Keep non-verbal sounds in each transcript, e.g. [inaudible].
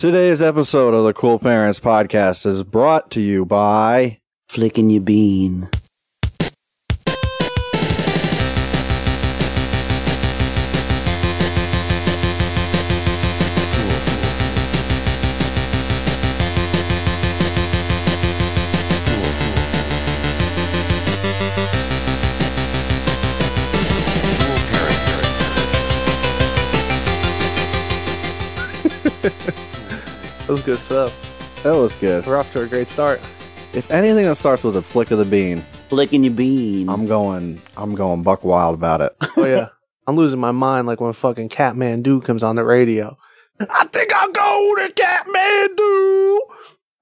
Today's episode of the Cool Parents Podcast is brought to you by. flicking your bean. That was good stuff. That was good. We're off to a great start. If anything that starts with a flick of the bean, Flicking your bean. I'm going. I'm going buck wild about it. [laughs] Oh yeah, I'm losing my mind like when fucking Catman Dude comes on the radio. I think I'll go to Catman Dude.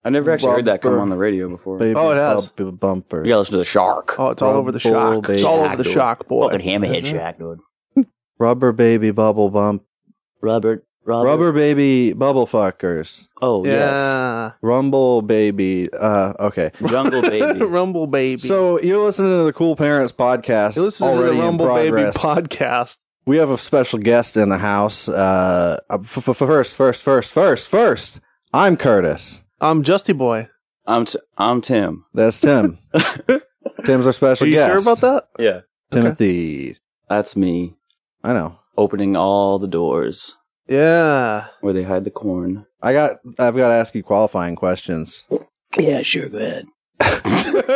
I never actually heard that come Bumper. on the radio before. Baby Oh, it has. bump- bumpers. you gotta listen to the shark. Oh, it's all over the Rumble, shock. It's all baby. over the shock, boy. Fucking hammerhead shack, dude. Rubber baby bubble bump. Robert, Robert. Rubber baby bubble fuckers. Oh Yeah. Rumble baby. Uh, okay. yes, [laughs] [laughs] jungle baby. Rumble Baby. So you're listening to the Cool Parents Podcast. you listen to already the in Rumble Baby progress. podcast. We have a special guest in the house. Uh, f- f- first, first, first, first, first. I'm Curtis. I'm Justy Boy. I'm t- I'm Tim. That's [laughs] Tim. Tim's our special Are you guest. sure about that? Yeah, Timothy. that's me I know. opening all the doors Yeah. where they hide the corn. I got. I've got to ask you qualifying questions Yeah, sure. Go ahead.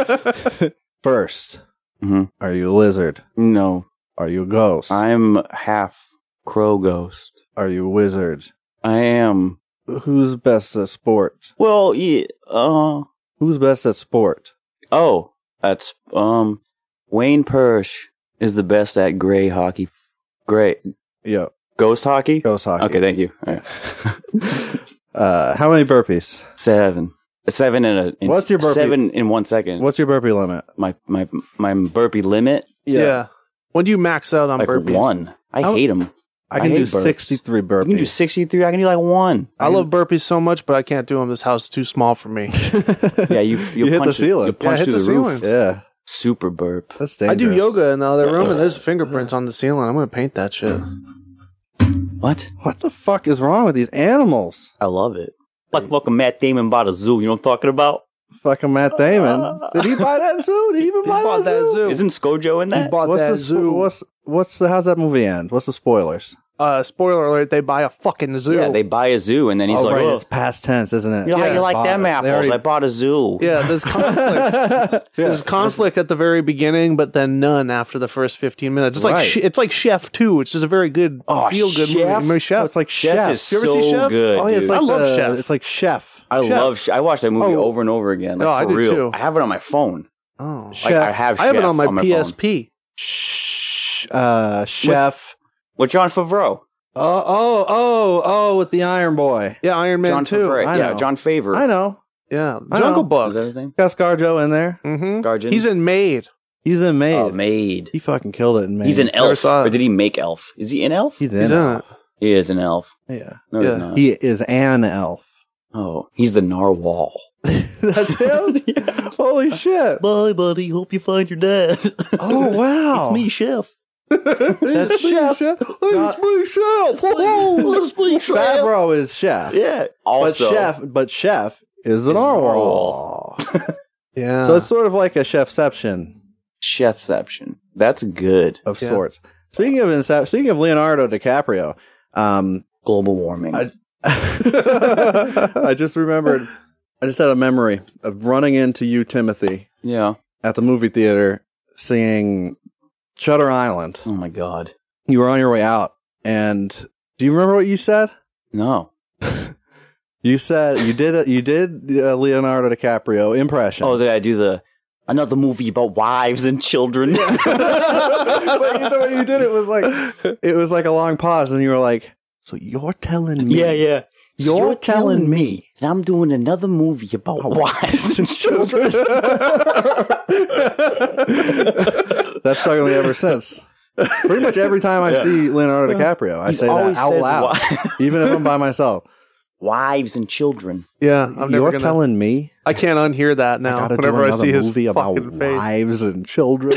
first. Mm-hmm. hmm Are you a lizard? No, Are you a ghost? I'm half crow ghost. Are you a wizard? I am. Who's best at sport? Well, yeah. Uh, Who's best at sport? oh, that's um. Wayne Persh is the best at gray hockey. Gray Yeah, ghost hockey. ghost hockey. Okay, thank you. All right. [laughs] Uh, how many burpees? Seven. Seven in a. In What's your burpee- Seven in one second. What's your burpee limit? my my my burpee limit? yeah. When do you max out on like burpees? one. I How- hate them. I can I do hate burps. sixty-three burpees. You can do sixty three. I can do [laughs] like one. I love burpees so much, but I can't do them. This house is too small for me. Yeah, you you, hit the punch it- ceiling. You Yeah, punch hit the through the, roof. ceiling. yeah, Super burp. that's I dangerous. do yoga in the other room, and there's fingerprints on the ceiling. I'm gonna paint that shit. What? What the fuck is wrong with these animals? I love it. Like fucking Matt Damon bought a zoo. You know what I'm talking about? Fucking Matt Damon. Did he buy that zoo? Did he even buy bought that that zoo? zoo. Isn't ScoJo in that? bought What's that the spo- zoo. What's what's the? How's that movie end? What's the spoilers? uh, spoiler alert, they buy a fucking zoo. Yeah, they buy a zoo and then he's oh, like, right, "Ugh." it's past tense, isn't it? you know how you like them They apples? already- I bought a zoo. [laughs] Yeah, there's conflict. [laughs] There's conflict at the very beginning, but then none after the first 15 minutes. It's like Right. sh- it's like Chef 2, which is a very good Oh, feel good movie. Chef? Remember Chef? Oh, it's like Chef, chef. is You ever see so Chef? good. oh, yeah, it's dude. like I love the- Chef. It's like chef. I Chef. love. Sh- I watched that movie Oh. over and over again. Like, Oh, I for do real. too. I have it on my phone. oh. Chef. Like, I have. I have it Chef on my, phone. PSP. Sh- uh, chef. With John Favreau. oh, oh, oh, oh, with the Iron Boy. Yeah, Iron Man John 2. Favreau. I Yeah, know. John Favor. I know. Yeah, I know. Jungle Is Book. that his name? Got Scarjo in there. hmm Guardian. He's in Maid. He's in Maid. Oh, Maid. He fucking killed it in Maid. He's an Never elf. saw it. Or did he make elf? Is he an elf? He's in. He's in it. it. He is an elf. Yeah. No, Yeah. he's not. He is an elf. oh, he's the narwhal. [laughs] That's him. Holy shit! Bye, buddy. Hope you find your dad. [laughs] Oh wow! chef. [laughs] That's chef. Oh, Not- chef. It's me, Favreau is chef. Yeah. Also, but chef, but chef is an narwhal. Yeah. so it's sort of like a chefception chefception. That's good. of Yeah. sorts. Speaking of incep- speaking of Leonardo DiCaprio, um, [laughs] Global warming. I- I just remembered. I just had a memory of running into you, Timothy, yeah. at the movie theater, seeing Shutter Island. Oh my god. You were on your way out, and do you remember what you said? No. Oh, You said you did a, you did uh, Leonardo DiCaprio impression. Oh, did I do the another movie about wives [laughs] and children? [laughs] but you- the way you did it was like it was like a long pause, and you were like, "So you're telling me yeah. You're You're telling telling me And I'm doing another movie [laughs] about wives and children. That's stuck with me ever since. Pretty much every time I see Leonardo DiCaprio, I He say that always out says loud, wi- [laughs] even if I'm by myself. wives and children. Yeah, [laughs] I'm never You're gonna. telling me I can't unhear that I now. gotta do Whenever I another see his movie about fucking face, wives and [laughs] children.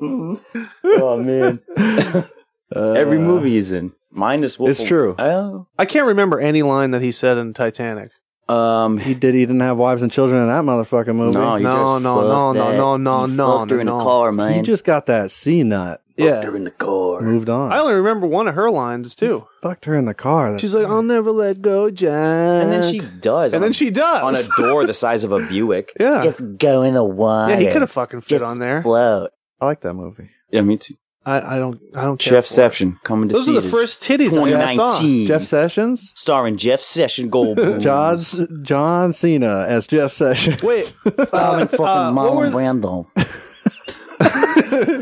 Oh man! [laughs] Every Uh, movie he's in, minus Wolf. It's true. Oh, I can't remember any line that he said in Titanic. um, He did. He didn't have wives and children in that motherfucking movie. no, you No, just no, fucked no, no, that. no, no, You no, fucked her in no. the car, man. he just got that C nut. yeah, Yeah, her in the car. Moved on. I only remember one of her lines too. fucked her in the car. That's- She's like, "I'll never let go, Jack," And then she does. and on- then she on a does door the size of [laughs] a Buick. Yeah. Just go in the water. Yeah, he could have fucking fit on there. Float. I like that movie. Yeah, me too. I, I don't I don't care. for it. Jeffception coming to Those are the theaters. first titties I ever saw. 2019. Jeff Sessions, starring Jeff [laughs] Session Goldblum. John John Cena as Jeff Sessions. Wait, [laughs] uh, starring fucking uh, what were Marlon th- Brando.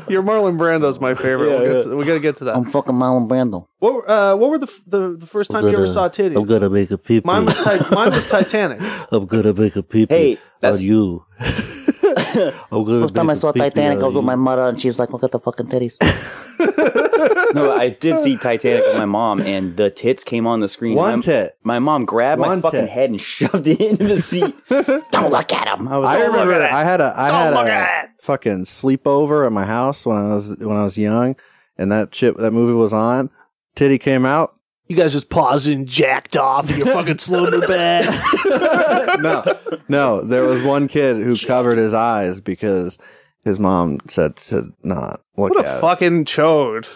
your Marlon Brando's my favorite. Yeah, we'll get yeah. Um, to, we gotta get to that. I'm fucking Marlon Brando. what were- uh, what were the, f- the the first time you ever saw titties? I'm gonna make a pee Mine was ti- mine was Titanic. I'm gonna make a pee Hey, oh, on that's- you. I'm gonna First time I Oh, make a saw pee-pee Titanic, I on was you. with my mother, and she was like, "Look at the fucking titties." [laughs] No, I did see Titanic with my mom, and the tits came on the screen. One my, tit. My mom grabbed One my fucking tit. head and shoved it [laughs] into the seat. Don't look at him. I was I like, remember I had a I had a fucking sleepover at my house when I was when I was young, and that shit that movie was on. Titty came out. You guys just pausing, jacked off, and you're [laughs] fucking slowing your bags. No, no, there was one kid who covered his eyes because his mom said to not look What at a it. fucking chode.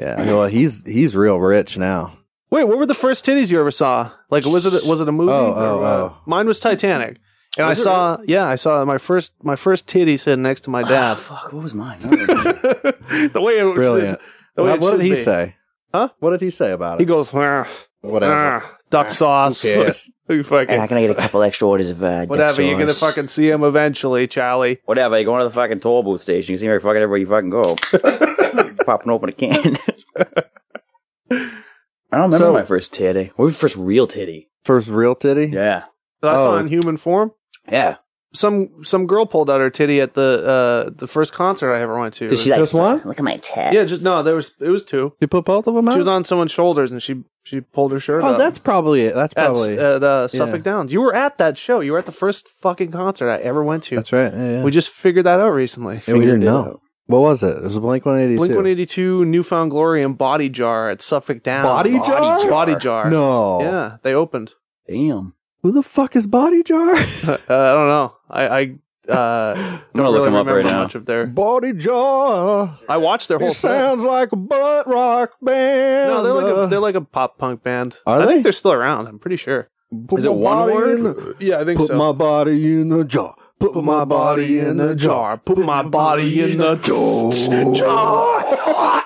Yeah, well, he's he's real rich now. Wait, what were the first titties you ever saw? Like, was it was it a movie? Oh, or, oh, uh, oh. Mine was Titanic, and I saw yeah, I saw my first my first titty sitting next to my ah, [laughs] dad. fuck, what was mine? I don't [laughs] remember. the way it was Brilliant. [laughs] The way What- it what should did he be. say? Huh? What did he say about He it? goes, "Ah, Whatever. ah, duck sauce. Who [laughs] cares? Ah, You Hey, fucking can I get a couple extra orders of uh, dick whatever. You're gonna sauce? fucking see him eventually, Charlie. Whatever, you go into the fucking toll booth station. You see me fucking everywhere you fucking [laughs] go. Popping open a [laughs] can. I don't remember So- my first titty. What was your first real titty? First real titty. Yeah. That I Oh. saw in human form. Yeah. Some some girl pulled out her titty at the uh, the first concert I ever went to. Did she like Just one? Look at my tit. yeah, just no. There was it was two. You put both of them out. She was on someone's shoulders and she she pulled her shirt. oh, up. that's probably it. That's at, probably at uh, Suffolk Yeah. Downs. You were at that show. You were at the first fucking concert I ever went to. that's right. Yeah, yeah. We just figured that out recently. Yeah, we didn't figured it know. out. What was it? It was Blink One Eighty Two. Blink 182, Newfound Glory, and Body Jar at Suffolk Downs. Body Body Jar? Jar? Body Jar. No. Yeah, they opened. [laughs] Damn. Who the fuck is Body Jar? Uh, I don't know. [laughs] I, I uh, don't gonna look really them up right remember now. much of their. Body Jar. I watched their whole set. like a butt rock band. No, they're like a they're like a pop punk band. Are I they? think they're still around. I'm pretty sure. Put Is it my one body word? in the- Yeah, I think Put my body in a jar. Put, my body in a jar. Put my body in the jar. jar.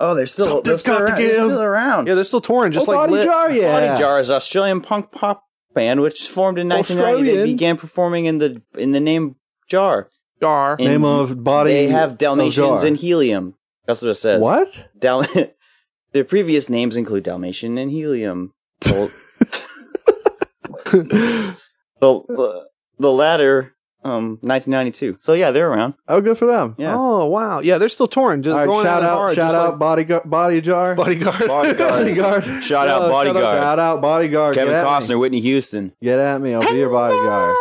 Oh, they're still, Something's they're still got to around- they're give. still around. Yeah, they're still touring, just oh, like body Lit. jar, yeah. Body Jar is Australian punk pop band which formed in 1990. They Australian. began performing in the in the name Jar. Jar. And Name of body. They have of Dalmatians jar. and helium. That's what it says. What? Dal- [laughs] Their previous names include Dalmatian and helium. [laughs] Well, the, the the latter, um, 1992. So yeah, they're around. Oh, good for them. Yeah. Oh wow, yeah, they're still touring. Just All right, going shout out, out, hard, shout just out, like body, gu- body jar, [laughs] bodyguard. bodyguard. Shout out No, bodyguard. Shout out bodyguard. Kevin Get at Costner, me. Whitney Houston. Get at me. I'll be your bodyguard.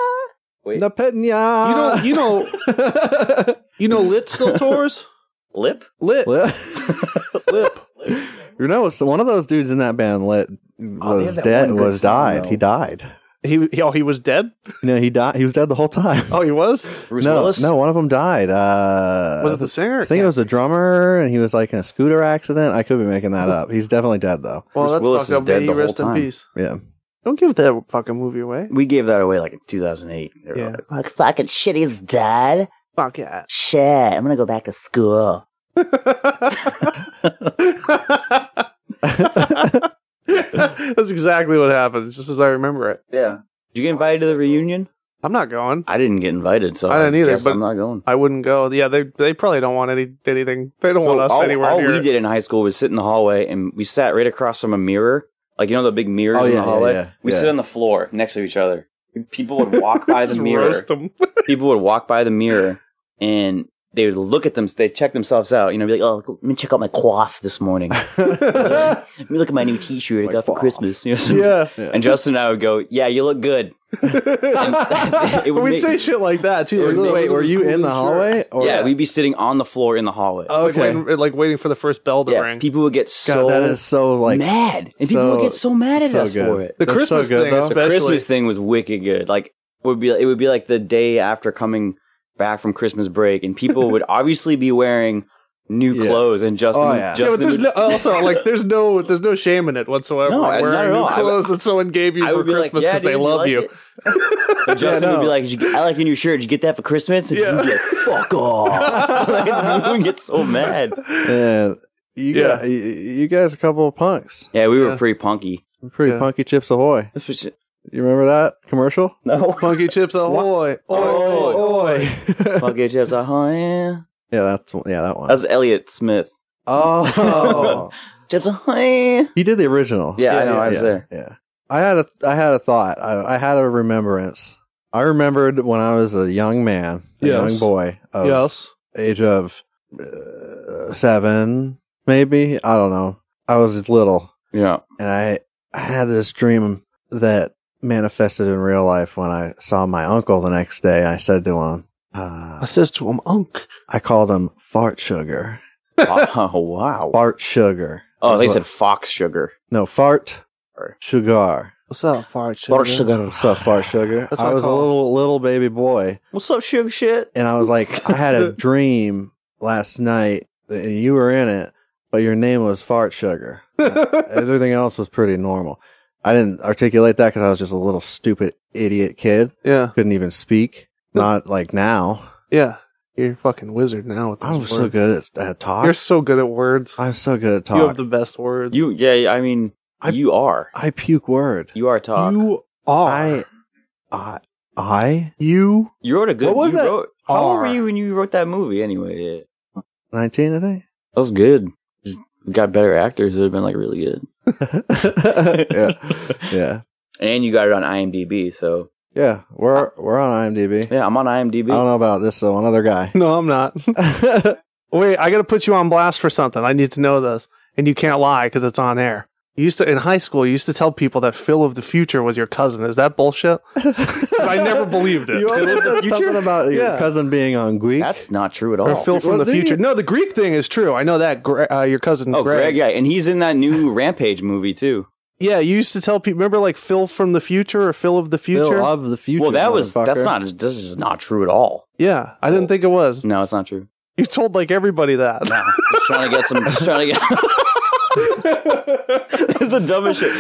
Wait, you know, Napenya. you know, you know, Lit still tours. lip? Lit, Lip. [laughs] you know, so one of those dudes in that band lit was Oh, that dead. one good Was song, died. though. He died. He, he, oh, he was dead. No, he died. He was dead the whole time. Oh, he was. Bruce no, Willis? no, one of them died. Uh, Was it the singer? I think it was the drummer, and he was like in a scooter accident. I could be making that up. He's definitely dead though. Well, Bruce that's Willis fucked is up. dead May the he rest whole in time. peace. Yeah, Don't give that fucking movie away. We gave that away like in 2008. They were Yeah. like, Like fucking shit, he's dead. Fuck yeah. Shit, I'm gonna go back to school. [laughs] That's exactly what happened, just as I remember it. yeah. Did you get invited to the reunion? I'm not going. I didn't get invited, so I didn't either, guess but- I'm not going. I wouldn't go. Yeah, they they probably don't want any anything. They don't want us all anywhere all near. we it. did in high school was sit in the hallway and we sat right across from a mirror Like you know the big mirrors Oh, in yeah, the yeah, hallway. yeah, we yeah. sit on the floor next to each other. People [laughs] would walk by the Just mirror. roast 'em. People would walk by the mirror and they would look at them. They would check themselves out. You know, be like, oh, Oh, let me check out my coif [laughs] this morning. Let me look at my new T-shirt I My got for coif. [laughs] Christmas. yeah. and Justin and I would go, yeah, you look good. It would We'd make- say shit like that too. Like, Wait, look, were this you cool in the shirt. hallway? Or uh, yeah, we'd be sitting on the floor in the hallway. Like, okay. waiting, like waiting for the first bell to yeah, ring. people would get God, so that is so like mad, and people would so- get so mad at so us good. for it. the That's so Christmas good, thing, though. The The especially. Christmas thing was wicked good. Like would be it would be like the day after coming back from Christmas break, and [laughs] people would obviously be wearing new Yeah. clothes, and Justin, Oh, yeah. Yeah, but Justin there's would- no, also like there's no there's no shame in it whatsoever. No, like, not wearing at new all. I would- clothes that someone gave you I for would be like, Christmas "Yeah, because they dude, you love like you. it?" [laughs] And Justin no. would be like, "Did you get- "I like your new shirt. Did you get that for Christmas?" And Yeah. you get fuck off. [laughs] like, [laughs] people would get so [laughs] mad. Man, you Yeah. guys, you guys are a couple of punks. Yeah, we were Yeah. pretty punky. Pretty Yeah. punky chips ahoy. You remember that commercial? No, Funky chips ahoy! Oi, Oh. oi, oi. Ahoy. funky chips. Uh-huh, yeah. [laughs] yeah, that's yeah that one. That's [laughs] Elliot Smith. oh, Chips. Uh-huh, [laughs] yeah. he did the original. Yeah, I know. Oh, I was yeah, there. Yeah, I had a I had a thought. I, I had a remembrance. I remembered when I was a young man, a Yes. young boy, of Yes. age of uh, seven, maybe I don't know. I was little, Yeah. and I, I had this dream that manifested in real life when I saw my uncle the next day. I said to him, I uh, says to him, "Unc." I called him fart sugar. Oh wow. [laughs] Fart sugar. Oh, That's they what- said fox sugar. no fart sugar. What's up, fart chips? Fart sugar. What's up, fart sugar? That's what I I was a call 'em. little little baby boy, What's up, sugar shit? and I was like, I [laughs] had a dream last night, and you were in it, but your name was fart [laughs] sugar. Everything else was pretty normal. I didn't articulate that because I was just a little stupid idiot kid. Yeah, couldn't even speak. Not like now. yeah. You're a fucking wizard now. With those I'm so words. good at, at talk. You're so good at words. I'm so good at You have talk. the best words. You yeah, I mean I- you are. I puke word. You are talk. You, You are. I, I, I, [laughs] you wrote a good What was you that? wrote How old were Are. you when you wrote that movie anyway? Yeah. nineteen, I [laughs] think. That was good. Got better actors, it would have been like really good. yeah, [laughs] yeah, And you got it on IMDb, so yeah. We're we're on IMDb. yeah, I'm on I IMDb. don't know about this though. Another guy. [laughs] No, I'm not. Wait, I got to put you on blast for something. I need to know this. And you can't lie because it's on air. You used to, in high school, you used to tell people that Phil of the future was your cousin. Is that bullshit? I never believed it. [laughs] You also said something about your Yeah. cousin being on Greek. That's not true at all. [laughs] Or Phil from Well, the they- future. No, the Greek thing is true. I know that. Gre- uh, your cousin oh, Greg. Greg. yeah, and he's in that new [laughs] Rampage movie too. Yeah, you used to tell people, remember like Phil from the future or Phil of the Bill future? of the future. well, that was that's motherfucker. not this is not true at all. yeah, I didn't think it [laughs] was. No, it's [laughs] not true. You told like everybody that. No, just trying to get some. Just trying to get. [laughs] It's the dumbest shit.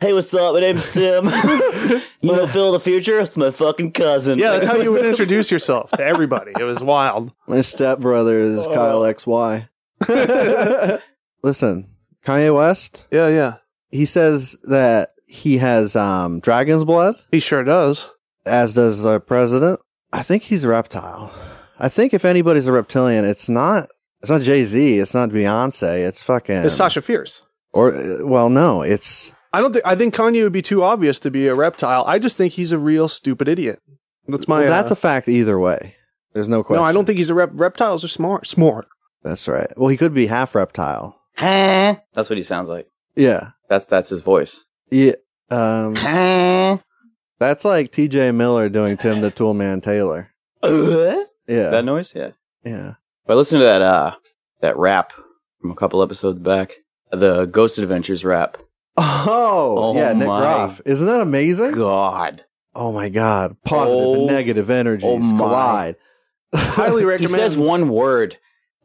Hey, what's up? My name's Tim. you know Phil of the future? It's my fucking cousin. yeah, that's how you would introduce yourself to everybody. It was wild. My stepbrother is Kyle XY. Listen, Kanye West, Yeah, yeah. he says that he has um, dragon's blood, He sure does. as does our president. I think he's a reptile. I think if anybody's a reptilian, it's not it's not Jay Z, it's not Beyonce, it's fucking It's Tasha Fierce. Or uh, well, no, it's I don't think I think Kanye would be too obvious to be a reptile. I just think he's a real stupid idiot. That's my. well, that's uh, a fact either way. There's no question. no. I don't think he's a rep. Reptiles are smart. Smart. that's right. Well, he could be half reptile. [laughs] Huh? That's what he sounds like. Yeah, That's that's his voice. yeah. Um, [laughs] Huh? that's like T.J. Miller doing Tim the Toolman Taylor. Uh-huh. Uh? Yeah, That noise, yeah. yeah. But I listened to that uh that rap from a couple episodes back, the Ghost Adventures rap. Oh, Oh yeah, Nick my Roth. Isn't that amazing? God, Oh my God! Positive Oh. and negative energies Oh my. collide. [laughs] Highly recommend. he says one word.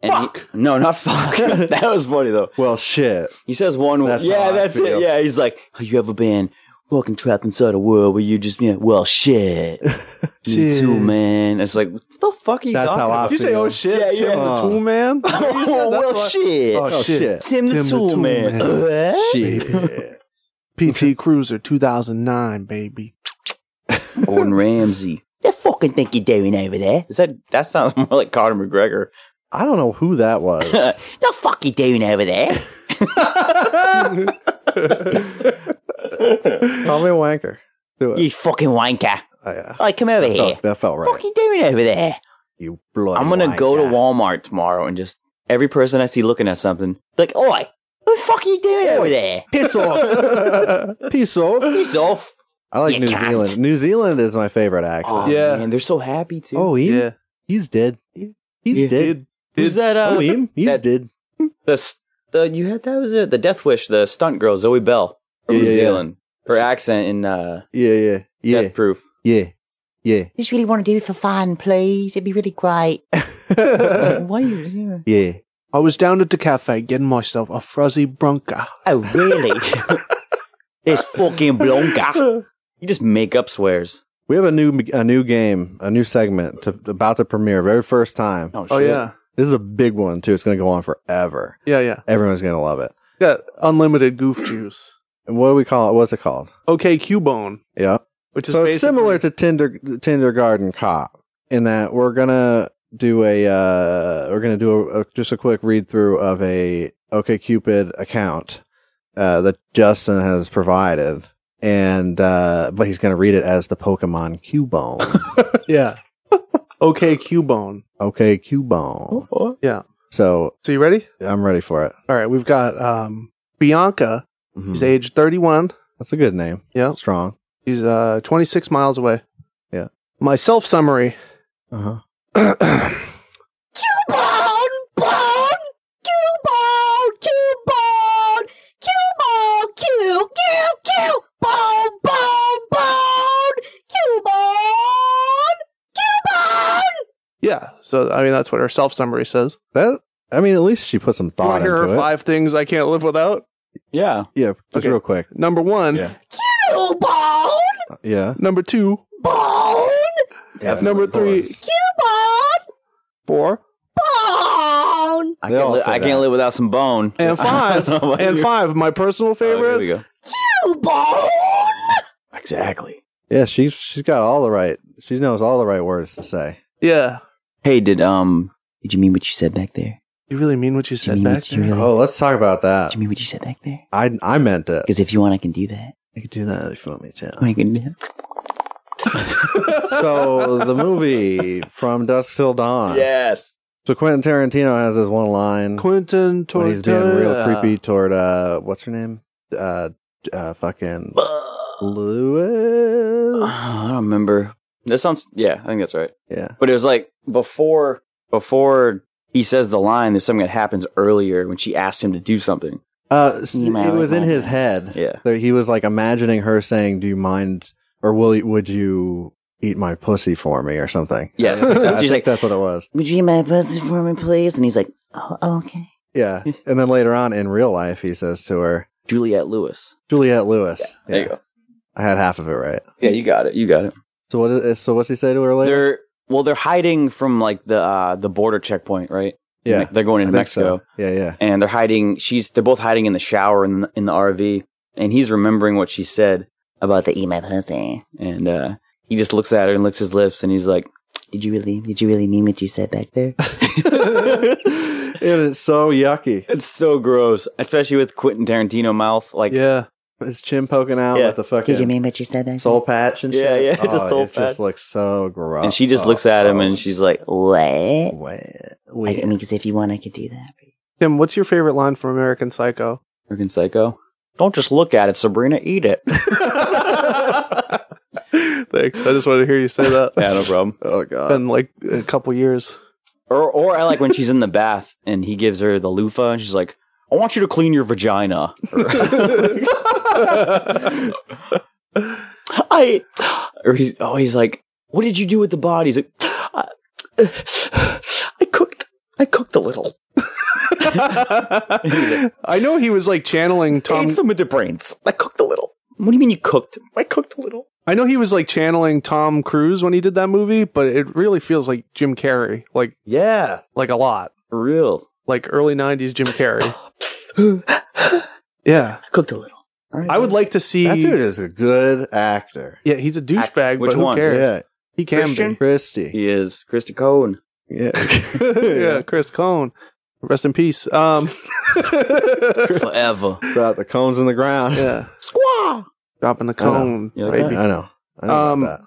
And he- Fuck. no, not fuck. [laughs] that was funny though. Well, shit. He says one word. That's Yeah, how I that's feel. it. Yeah, he's like, Have you ever been fucking trapped inside a world where you just, yeah, well, shit. Shit. Me too, man. man, it's like, what the fuck are you? That's talking how I about? Did you say, feel. "Oh shit, Yeah, Tim yeah. the Tool [laughs] Man"? That's what you said? Oh, That's well, why- shit. Oh, Oh, shit. shit. Tim, the, tool, man. [laughs] Uh? Shit. PT Cruiser [laughs] 2009, baby. [laughs] Gordon Ramsay. That fucking think you're doing over there? Is that that sounds [laughs] more like Conor McGregor? [laughs] I don't know who that was. The fuck you doing over there? [laughs] Call me a wanker. Do it. you fucking wanker. Oh, yeah. Like, [laughs] come over That here. felt, that felt right. What are you doing over there? You bloody I'm gonna wanker. go to Walmart tomorrow and just every person I see looking at something, like, oi, what the fuck are you doing over there? Piss off. [laughs] Piss off. Piss off. I like You New can't. Zealand. New Zealand is my favorite Oh, accent. Yeah. man, they're so happy too. Oh, he, yeah. he's dead. He's dead. Who's that? Uh, Oh, he, [laughs] he's that- dead. the s- the you had that was it. The Death Wish, the stunt girl Zoe Bell from Yeah, New yeah, yeah. Zealand. Her accent in uh, Yeah, yeah, yeah, Death Proof. yeah, yeah, just really want to do it for fun, please. It'd be really [laughs] great. [laughs] Why are you doing? yeah. I was down at the cafe getting myself a fuzzy bronca. Oh really? [laughs] this fucking Ah, [laughs] Oh, blonka. You just make up swears. We have a new a new game, a new segment to, about to premiere very first time. Oh, shit. Oh yeah, This is a big one too. It's going to go on forever. yeah, yeah. Everyone's going to love it. Got unlimited goof juice. And what do we call it? What's it called? Okay, Cubone, Yeah. which is so basically- it's similar to Tinder Kindergarten Cop in that we're gonna do a uh, we're gonna do a, a- just a quick read through of a OK Cupid account uh, that Justin has provided, and uh, but he's gonna read it as the Pokemon [laughs] Cubone. yeah. Uh, okay, Cubone. OK Cubone. Oh, Yeah. So So you ready? I'm ready for it. All right, we've got um, Bianca. Mhm. She's age thirty-one. That's a good name. Mm-hmm. Yeah. Strong. She's uh, twenty-six miles away. Yeah. My self summary. Uh Uh-huh. huh. Coupon, bon, coupon, coupon, coupon, Q, Q, Q, bon, bon, bon, coupon, coupon. Yeah. So I mean, that's what her self summary says. [clears throat] That I mean, at least she put some You thought wanna hear into her it. five things I can't live without? Yeah. Yeah, just Okay. real quick. Number one. Yeah. Uh, Coupon, Yeah. Number two. bon, Number three. coupon, [laughs] Four. bon, They I can't, all li- say I that. can't live without some bone. [laughs] And five. and five. My personal Oh, here favorite. we go. coupon. Exactly. Yeah, she's she's got all the right. She knows all the right words to say. yeah. Hey, did um, did you mean what you said back there? You really mean what you Did said you mean back what you there? really? Oh, let's talk about that. Did you mean what you said back there? I I meant it. Because if you want, I can do that. [laughs] I could do that if you want me to. I can do that. so the movie from Dusk Till Dawn. Yes. So Quentin Tarantino has this one line Quentin Tarantino. when he's being real creepy toward uh what's her name uh uh fucking Lewis. I don't remember. That sounds. Yeah, I think that's right. Yeah. But it was like before before he says the line. There's something that happens earlier when she asked him to do something. Uh, s- You might it was like in that. his head. Yeah. that he was like imagining her saying, "Do you mind or will you, would you eat my pussy for me or something?" [laughs] Yes. I She's think like, that's what it was. Would you eat my pussy for me, please? And he's like, oh, okay. Yeah, [laughs] and then later on in real life, he says to her, Juliet Lewis. "Juliet Lewis." There you go. I had half of it right. Yeah, you got it. You got it. So what? Is, so what's he say to her later? They're well, they're hiding from like the uh, the border checkpoint, right? yeah, they're going I into think so. Mexico. Yeah, [laughs] yeah. and they're hiding. She's they're both hiding in the shower in the, in the RV, and he's remembering what she said about the Eat my pussy. and uh, he just looks at her and licks his lips, and he's like, Did you really? Did you really mean what you said back [laughs] there? it is so yucky. "It's so gross," especially with Quentin Tarantino mouth. Like, Yeah. His chin poking out Yeah. with the Did you fucking mean what you said back soul patch and Yeah, shit. yeah, the Oh, soul it just patch. looks so gross. Oh, and she just looks at him and she's like, there? What? "Wait, I wait." mean, because if you want, I could do that. Tim, what's your favorite line from American Psycho? "Freaking psycho." Don't just look at it, Sabrina. Eat [laughs] it. [laughs] Thanks. I just wanted to hear you say that. yeah, no [laughs] problem. Oh god. Been like a couple years. Or, or I like when she's in the bath and he gives her the loofah, and she's like, "I want you to clean your vagina." [laughs] I or he's oh he's like, what did you do with the body? He's like, I, I cooked, I cooked a little. I know he was like channeling Tom. Ate some of the brains. Um, I cooked a little. What do you mean you cooked? I cooked a little. I know he was like channeling Tom Cruise when he did that movie, but it really feels like Jim Carrey, like Yeah, like a lot, for real. like early '90s Jim Carrey. yeah, I cooked a little. I would like to see. That dude is a good actor. yeah, he's a douchebag, Which but who one? cares? Yeah, He can Christian? Christie. He is Christy Cohen. Yeah. be. yeah, Chris Cohn. Rest in peace. Um, [laughs] [laughs] forever. It's out the cones in the ground. yeah. Squaw. Dropping the I know. cone. You like I that? baby. know. I know Um, about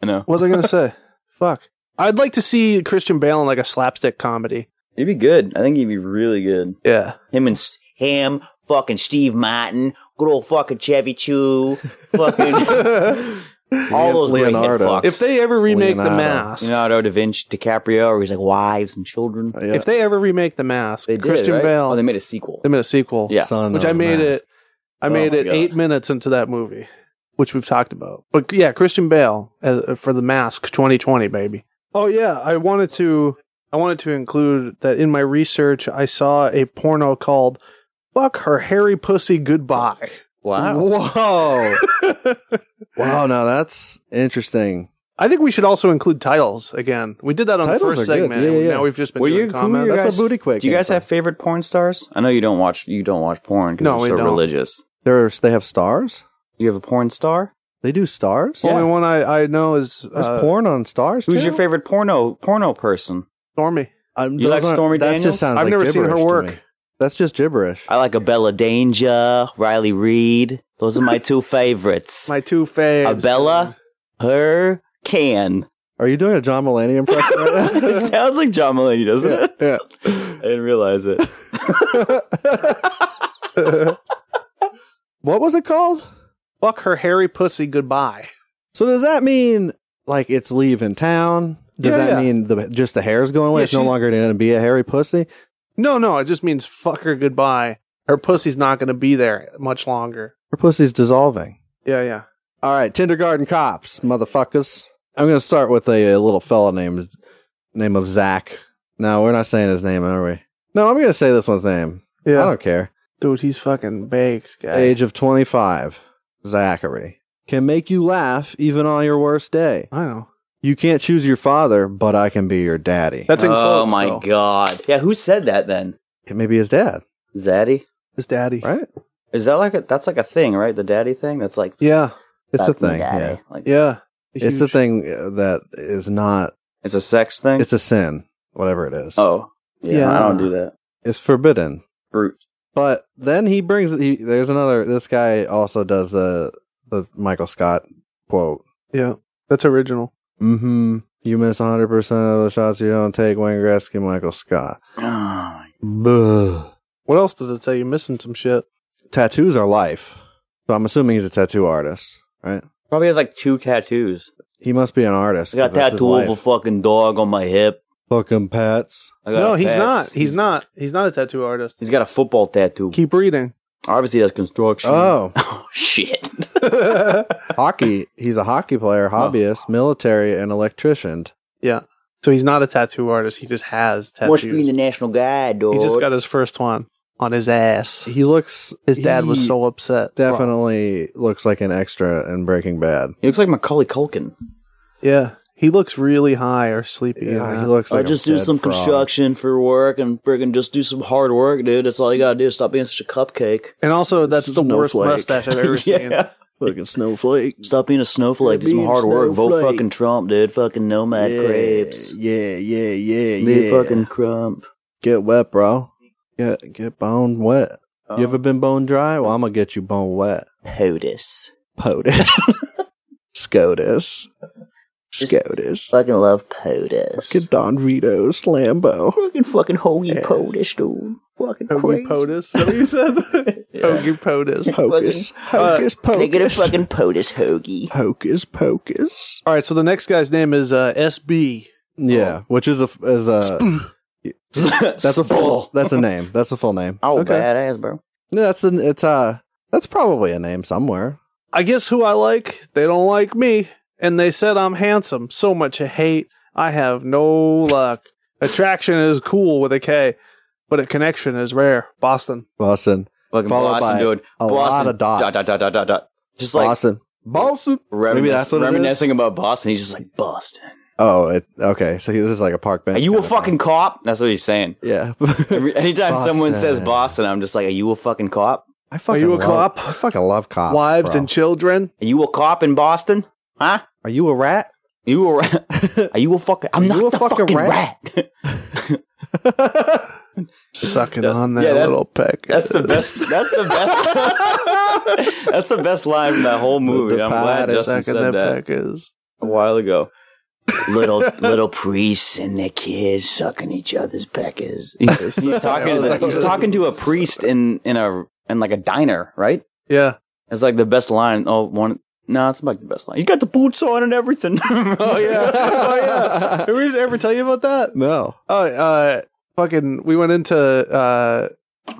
I know. [laughs] What was I going to say? [laughs] Fuck. I'd like to see Christian Bale in like a slapstick comedy. He'd be good. I think he'd be really good. [laughs] Yeah. Him and S- him, fucking Steve Martin, good old fucking [laughs] Chevy Chew, fucking [laughs] all Leonardo. those Great hit fucks. If they ever remake The Leonardo. Mask, Leonardo da Vinci, DiCaprio, or he's like wives and children. that. Oh, Yeah. if they ever remake The Mask, They did, Christian right? Bale, Oh, they, they made- made a sequel. a sequel, Yeah. Son which of I a made mask. it. I Oh made my it God. eight minutes into that movie, which we've talked about. But yeah, Christian Bale uh, for The Mask 2020, baby. Oh yeah, I wanted to. I wanted to include that in my research. I saw a porno called "Fuck Her Hairy Pussy Goodbye." Wow. Whoa. wow. Now that's interesting. I think we should also include titles again. We did that on the Titles first are good. segment. Yeah, and yeah, yeah. Now we've just been Were doing you- who comments. were you That's guys- where booty quake. Do you came guys from. have favorite porn stars? I know you don't watch you don't watch porn because No, we you're so don't. religious. There's, they have stars. You have a porn star? They do stars. The Only one I, I know is There's uh, porn on stars. Who's too? your favorite porno porno person? Stormy. Um, You those like aren't- Stormy that's Daniels? Just sounds I've like never seen her gibberish to work. me. That's just gibberish. I like a Bella Danger, Riley Reed. Those [laughs] are my two favorites. My two faves. Abella, her [laughs] can. [laughs] Are you doing a John Mulaney impression right now? [laughs] it sounds like John Mulaney, doesn't it? yeah. I didn't realize it. What was it called? [laughs] Fuck her hairy pussy goodbye. So does that mean like it's leaving town? Does Yeah, that yeah. mean the just the hair's going away? Yeah, it's no she- longer going to be a hairy pussy. No, no, it just means fuck her goodbye. Her pussy's not going to be there much longer. Her pussy's dissolving. Yeah, yeah. All right, kindergarten cops, motherfuckers. I'm going to start with a, a little fella named name of Zach. No, we're not saying his name, are we? No, I'm going to say this one's name. I don't care. Dude, he's fucking baked, guy. Age of 25, Zachary can make you laugh even on your worst day. I know. You can't choose your father, but I can be your daddy. That's in oh quotes, my though. god. Yeah, who said that then? It may be his dad, Zaddy? His daddy. right? Is that like a that's like a thing, right? The daddy thing? That's like Yeah, It's a that's my thing. daddy. Yeah. Like, yeah. It's a Huge- thing uh, that is not. It's a sex thing? It's a sin, whatever it is. oh. Yeah, Yeah. I don't do that. It's forbidden. Brute. [sighs] But then he brings. He, there's another. This guy also does the the Michael Scott quote. Yeah, that's original. Mm-hmm. You miss 100 percent of the shots you don't take. Wayne Gretzky, Michael Scott. Oh, Buh. What else does it say? You're missing some shit. Tattoos are life. So I'm assuming he's a tattoo artist, right? Probably has like two tattoos. He must be an artist. I got 'cause that's his tattoo of a life. fucking dog on my hip. Fucking pets. I got No, a he's fat- not. He's not. He's not a tattoo artist. He's got a football tattoo. Keep reading. Obviously, that's construction. Oh, Oh, [laughs] shit. hockey. He's a hockey player, hobbyist, military, and electrician. Yeah. So he's not a tattoo artist. He just has Must be in tattoos. the National Guard, dog. He just got his first one on his ass. He looks. His dad was he so upset. Definitely looks like an extra in Breaking Bad. He looks like Macaulay Culkin. Yeah. He looks really high or sleepy. in Yeah, he that. looks. I Like a just do dead some frog. construction for work and friggin' just do some hard work, dude. That's all you gotta do. Stop being such a cupcake. and also, that's is the worst snowflake. mustache I've ever seen. Yeah. Fucking snowflake. Stop being a snowflake. Do some Being hard work. Vote snowflake. fucking Trump, dude. Fucking nomad crabs. Yeah, yeah, yeah, Dude, yeah. fucking Trump. get wet, bro. Get get bone wet. you Oh. ever been bone dry? Well, I'm gonna get you bone wet. POTUS. POTUS. [laughs] SCOTUS. SCOTUS. Fucking love POTUS. Get Don Vito's [laughs] Lambo. Fucking fucking hoagie POTUS, dude. Fucking Hoagie crazy. POTUS. Is that what you said? Hoagie POTUS. Hocus. Hocus pocus. uh, Make it a fucking POTUS hoagie. Hocus pocus. All right. So the next guy's name is uh, SB. Yeah, which is a is a [laughs] that's a full that's a name. That's a full [laughs] name. Oh, Okay. badass, bro. No, that's an it's uh that's probably a name somewhere. I guess who I like, they don't like me. And they said I'm handsome. So much hate. I have no luck. Attraction is cool with a K, but a connection is rare. Boston. Boston. Fucking Followed Boston, by dude. a Boston. lot of dots. Dot, dot, dot, dot, dot, dot. Just like Boston. Boston. reminis- Maybe that's what it is? reminiscing about Boston. He's just like, Boston. Oh, it, okay. So this is like a park bench. Are you a kind of fucking cop? That's what he's saying. thing. yeah. [laughs] Every, anytime someone says Boston. Boston, I'm just like, are you a fucking cop? I fucking you a love, cop? I fucking love cops. Wives bro. and children. Are you a cop in Boston? Huh? Are you a rat? [laughs] You a ra- are you a fucking? I'm Are you not a the fucking fucking rat. Sucking That's- on that yeah, that's- little peck. [laughs] That's the best. That's the best. [laughs] that's the best line from that whole movie. I'm glad Justin Sucking said that peck is. a while ago. [laughs] little little priests and their kids sucking each other's peckers. He's, he's talking. To the, he's talking to a priest in in a in like a diner, right? Yeah. It's like the best line. Oh, one. No, it's like the best line. You got the boots on and everything. [laughs] [laughs] oh [laughs] oh [laughs] yeah. Did we ever tell you about that? No. Oh, uh, fucking. We went into uh,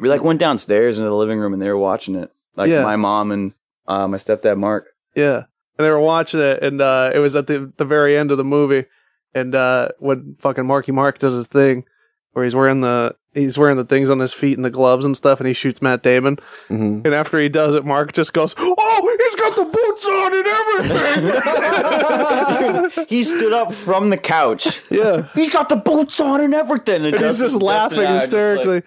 We like went downstairs into the living room and they were watching it. Like Yeah. my mom and uh, my stepdad Mark. Yeah. And they were watching it and uh it was at the the very end of the movie and uh when fucking Marky Mark does his thing where he's wearing the he's wearing the things on his feet and the gloves and stuff and he shoots Matt Damon hmm and after he does it Mark just goes, "Oh, he's got the boots on [laughs] and everything." [laughs] He stood up from the couch. yeah. He's got the boots on and everything. And, And he's just Justin- Justin laughing and I are just hysterically.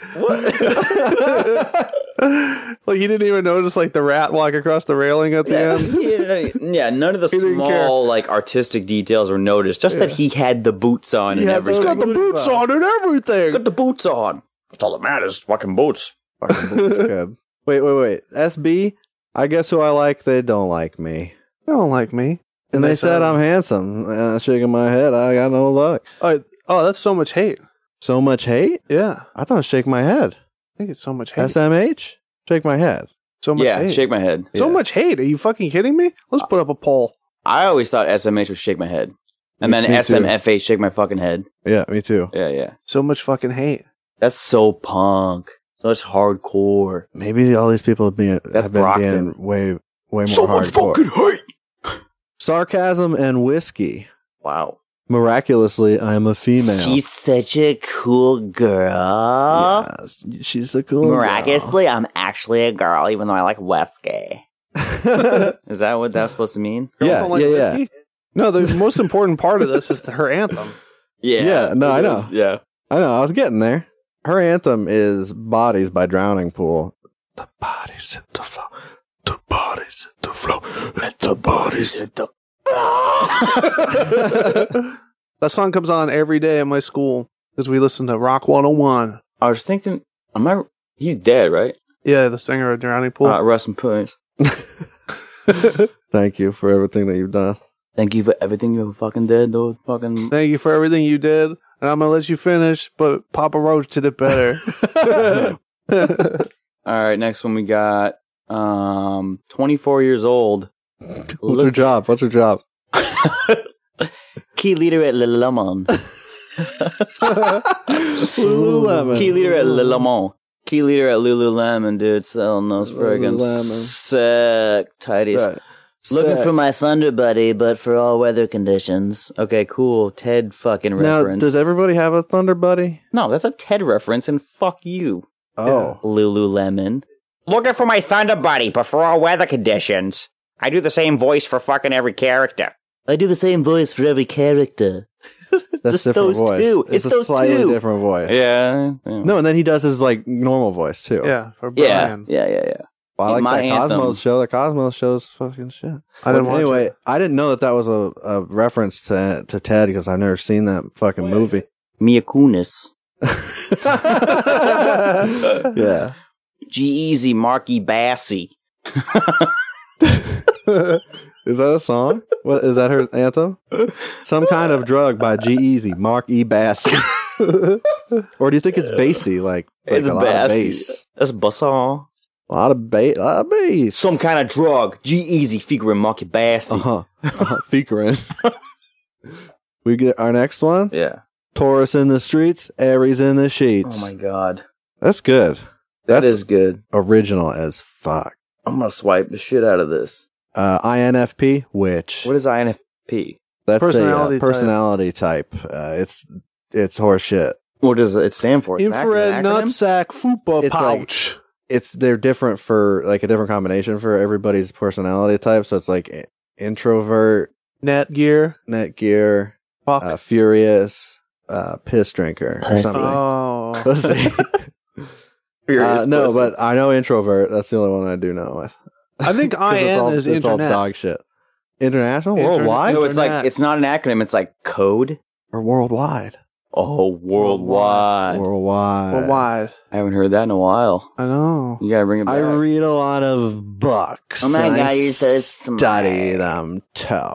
like, what? [laughs] [laughs] like he didn't even notice like the rat walk across the railing at the end. yeah, yeah, none of the He didn't care. small like artistic details were noticed. Just that he had the boots on and Yeah, everything. He's [laughs] got the boots on and everything. Got the boots on. That's all that matters. Fucking boots. [laughs] Wait, wait, wait. SB, I guess who I like, they don't like me. They don't like me. And they said I'm handsome. And I'm shaking my head. I got no luck. oh, oh, that's so much hate. So much hate? Yeah. I thought I shake my head. I think it's so much hate. SMH? Shake my head. so much Yeah, hate. shake my head. so yeah. much hate. Are you fucking kidding me? Let's put up a poll. I always thought SMH would shake my head, and Me- then me too. SMFA shake my fucking head. Yeah, me too. Yeah, yeah. So much [laughs] fucking hate. That's so punk. So that's hardcore. Maybe all these people have been, That's have been Brockton. being way, way more so hardcore. [laughs] hate. Sarcasm and whiskey. Wow. Miraculously, I am a female. She's such a cool girl. Yes, she's a cool [laughs] Miraculously, I'm actually a girl, even though I like whiskey. girl. Is that what that's supposed to mean? Girls Yeah, don't like yeah, yeah. whiskey? No, the most important part of this is the, her [laughs] anthem. Yeah, no, I it know. is, Yeah. I know. I was getting there. Her anthem is "Bodies" by Drowning Pool. The bodies hit the floor. The bodies hit the floor. Let the bodies hit the. That song comes on every day at my school because we listen to Rock 101. I was thinking, am I? He's dead, right? Yeah, the singer of Drowning Pool. Uh, Russ and Prince. [laughs] Thank you for everything that you've done. Thank you for everything you ever fucking did, though. Fucking. Thank you for everything you did. And I'm going to let you finish, but Papa Roach did [laughs] it better. All right, next one we got. Um, 24 years old. What's her job? What's her job? Key leader at Lillemon. [laughs] Lululemon. Key leader at Lululemon. Key leader at Lululemon, dude. Selling those friggin' Lululemon. sick tighties. Right. Looking Sick. for my thunder buddy, but for all weather conditions. Okay, cool. Ted fucking now. reference. Does everybody have a Thunder Buddy? no, that's a Ted reference, and fuck you, Oh, Lululemon. Looking for my thunder buddy, but for all weather conditions. I do the same voice for fucking every character. I do the same voice for every character. that's Just a different those voice. two. It's, It's a those slightly two. different voice. Yeah. Yeah. No, and then he does his like normal voice too. yeah, for yeah. Brian. Yeah. Yeah. Yeah. Well, I like My that Cosmos anthem. show. The Cosmos show's fucking shit. I didn't watch anyway, it. I didn't know that that was a, a reference to to Ted because I've never seen that fucking [laughs] movie. [laughs] Mia Kunis. yeah. [laughs] G Easy, Marky Bassey. Is that a song? What is that her anthem? Some kind of drug by G Easy, Mark E. Bassey. [laughs] or do you think it's Bassey? Like, like It's a lot of Bassey. bass. That's Basson. A lot of bass. A lot of bass. Some kind of drug. G Easy figuring Marky Bassey. Uh huh. Uh-huh. Featuring. [laughs] we get our next one. Yeah. Taurus in the streets, Aries in the sheets. Oh my god. That's good. That That's is good. original as fuck. I'm gonna swipe the shit out of this. Uh, INFP, which What is INFP? that's Personality a, uh, type. personality type. Uh, it's it's horseshit. What does it stand for? It's an ac- Infrared an acronym? nutsack fupa It's like- pouch. It's they're different for like a different combination for everybody's personality type. So it's like i- introvert, Net gear. netgear, [laughs] Fuck. uh, furious, uh, piss drinker, or Pussy. something. oh. [laughs] Pussy. Furious Uh, no, pussy. but I know introvert. That's the only one I do know. [laughs] I think 'Cause it's IN all- is it's all internet. dog shit. International, Internet. worldwide, so it's Internet. like it's not an acronym. It's like code. or worldwide. Oh, worldwide. Worldwide. Well, why? I haven't heard that in a while. I know. You gotta bring it back. I read a lot of books. Oh my and God, I you're so smart. study them too.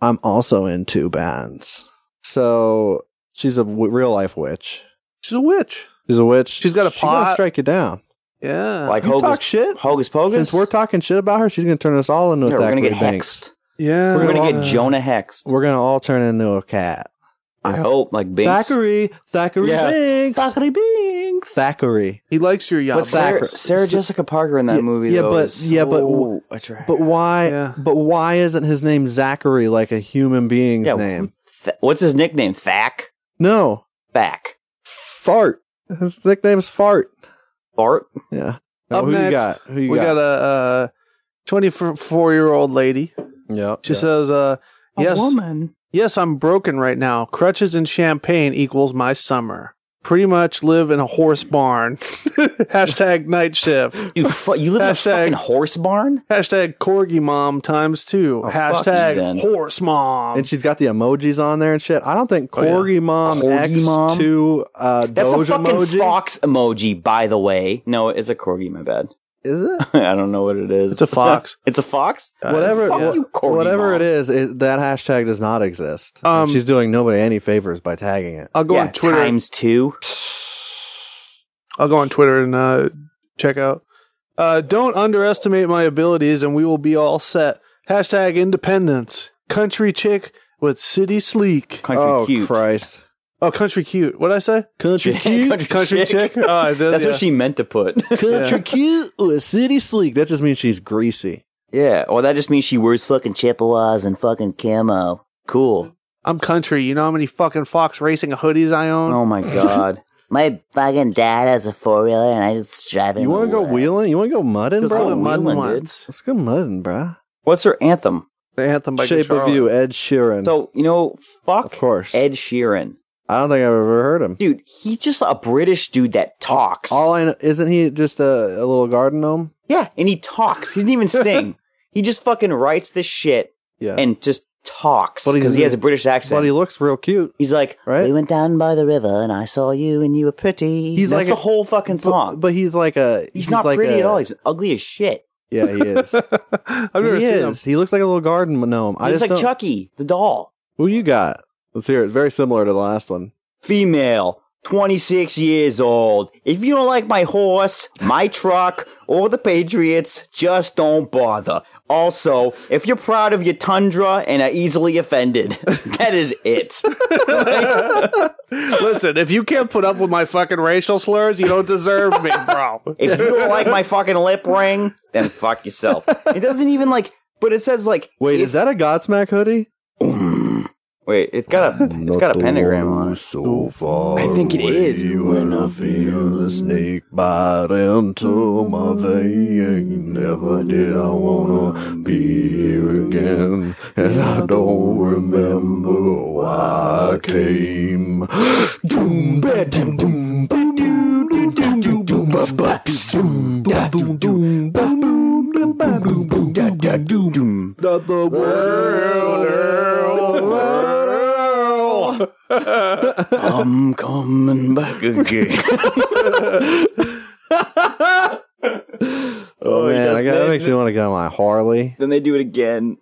I'm also in two bands. So she's a w- real life witch. She's a witch. She's a witch. She's got a She's gonna pot. strike you down. Yeah. like you talk Hocus, shit. Hocus Pocus? Since we're talking shit about her, she's gonna turn us all into yeah, a we're gonna Thackeray get Banks. hexed. yeah. We're gonna Uh, get Jonah hexed. We're gonna all turn into a cat. I hope, like Banks. Thackeray, Thackeray Yeah. Banks, Thackeray Binks, Thackeray. He likes your yacht. But Sarah, Thackeray. Sarah Jessica Parker in that Yeah, movie, yeah, though, but- is yeah, but- so attractive. But why? Yeah. But why isn't his name Zachary like a human being's Yeah, name? Th- what's his nickname? Thack? No, Back. Fart. His nickname's Fart. Bart? Yeah. Up who next, you got? Who you we got, got? a twenty-four-year-old lady. yeah. She says, uh, "Yes, woman. yes, I'm broken right now. Crutches and champagne equals my summer. Pretty much live in a horse barn. [laughs] Hashtag night shift. You, fu- you live in a Hashtag- fucking horse barn? Hashtag corgi mom times two. Oh, fuck you Hashtag then. horse mom. and she's got the emojis on there and shit. I don't think yeah. Corgi Mom Oh, Corgi X Mom? two uh, That's Doge a fucking emoji. fox emoji, by the way. No, it's a corgi, my bad. [laughs] Is it? I don't know what it is. It's a fox. [laughs] it's a fox? Whatever, Fuck wha- you, corgi whatever mom. it is, it, that hashtag does not exist. And Um, she's doing nobody any favors by tagging it. I'll go yeah, on Twitter. times two. I'll go on Twitter and uh, check out. Uh, don't underestimate my abilities, and we will be all set. Hashtag independence. Country chick with city sleek. Country oh cute. Christ! Oh, country cute. What'd I say? Country Country, cute. Country chick. chick. Oh, I [laughs] did, That's yeah. what she meant to put. [laughs] Country cute with city sleek. That just means she's greasy. yeah. Or that just means she wears fucking Chippewas and fucking camo. Cool. I'm country. You know how many fucking fox racing hoodies I own? Oh [laughs] my god. My fucking dad has a four wheeler and I just drive it. You want to go wheeling? You want to go mudding, Let's bro? go to mud Wheeling, dude. once. Let's go mudding, bruh. What's her anthem? The anthem by Shape of Charlotte. You, Ed Sheeran. So you know, fuck Of course. Ed Sheeran, I don't think I've ever heard him. dude. He's just a British dude that talks. Oh, All I know isn't he just a, a little garden gnome? yeah, and he talks. He [laughs] doesn't even sing. He just fucking writes this shit Yeah, and just talks But he- because he has a British accent. but he looks real cute, he's like, right? We went down by the river and I saw you and you were pretty. He's that's like the a- whole fucking but, song. but he's like a he's, not like pretty a- at all. He's ugly as shit. [laughs] yeah, he [laughs] is. I've never he seen is. He looks like a little garden gnome. I He's just like don't- Chucky, the doll, Who you got? Let's hear it. Very similar to the last one. female. 26 years old. If you don't like my horse, my truck, or the Patriots, just don't bother. Also, if you're proud of your tundra and are easily offended, [laughs] that is it. him. Listen, if you can't put up with my fucking racial slurs, you don't deserve me, [laughs] bro. If you don't like my fucking lip ring, then fuck yourself. It doesn't even like, but it says like, Wait, if- is that a Godsmack hoodie? Wait, it's got a, it's got a pentagram on it. So far, I think it is. When I feel a snake bite into my vein, never did I wanna be here again, and I don't remember why I came. Doom, ba, doom, doom, ba, doom, doom, doom, doom, doom, ba, ba, doom, da, doom, doom, ba, boom, da, ba, boom, boom, da, da, doom, doom. That the Oh, world. I'm coming back again. Oh, man, does I got, that that. makes me want to go on my Harley. [laughs] then they do it again.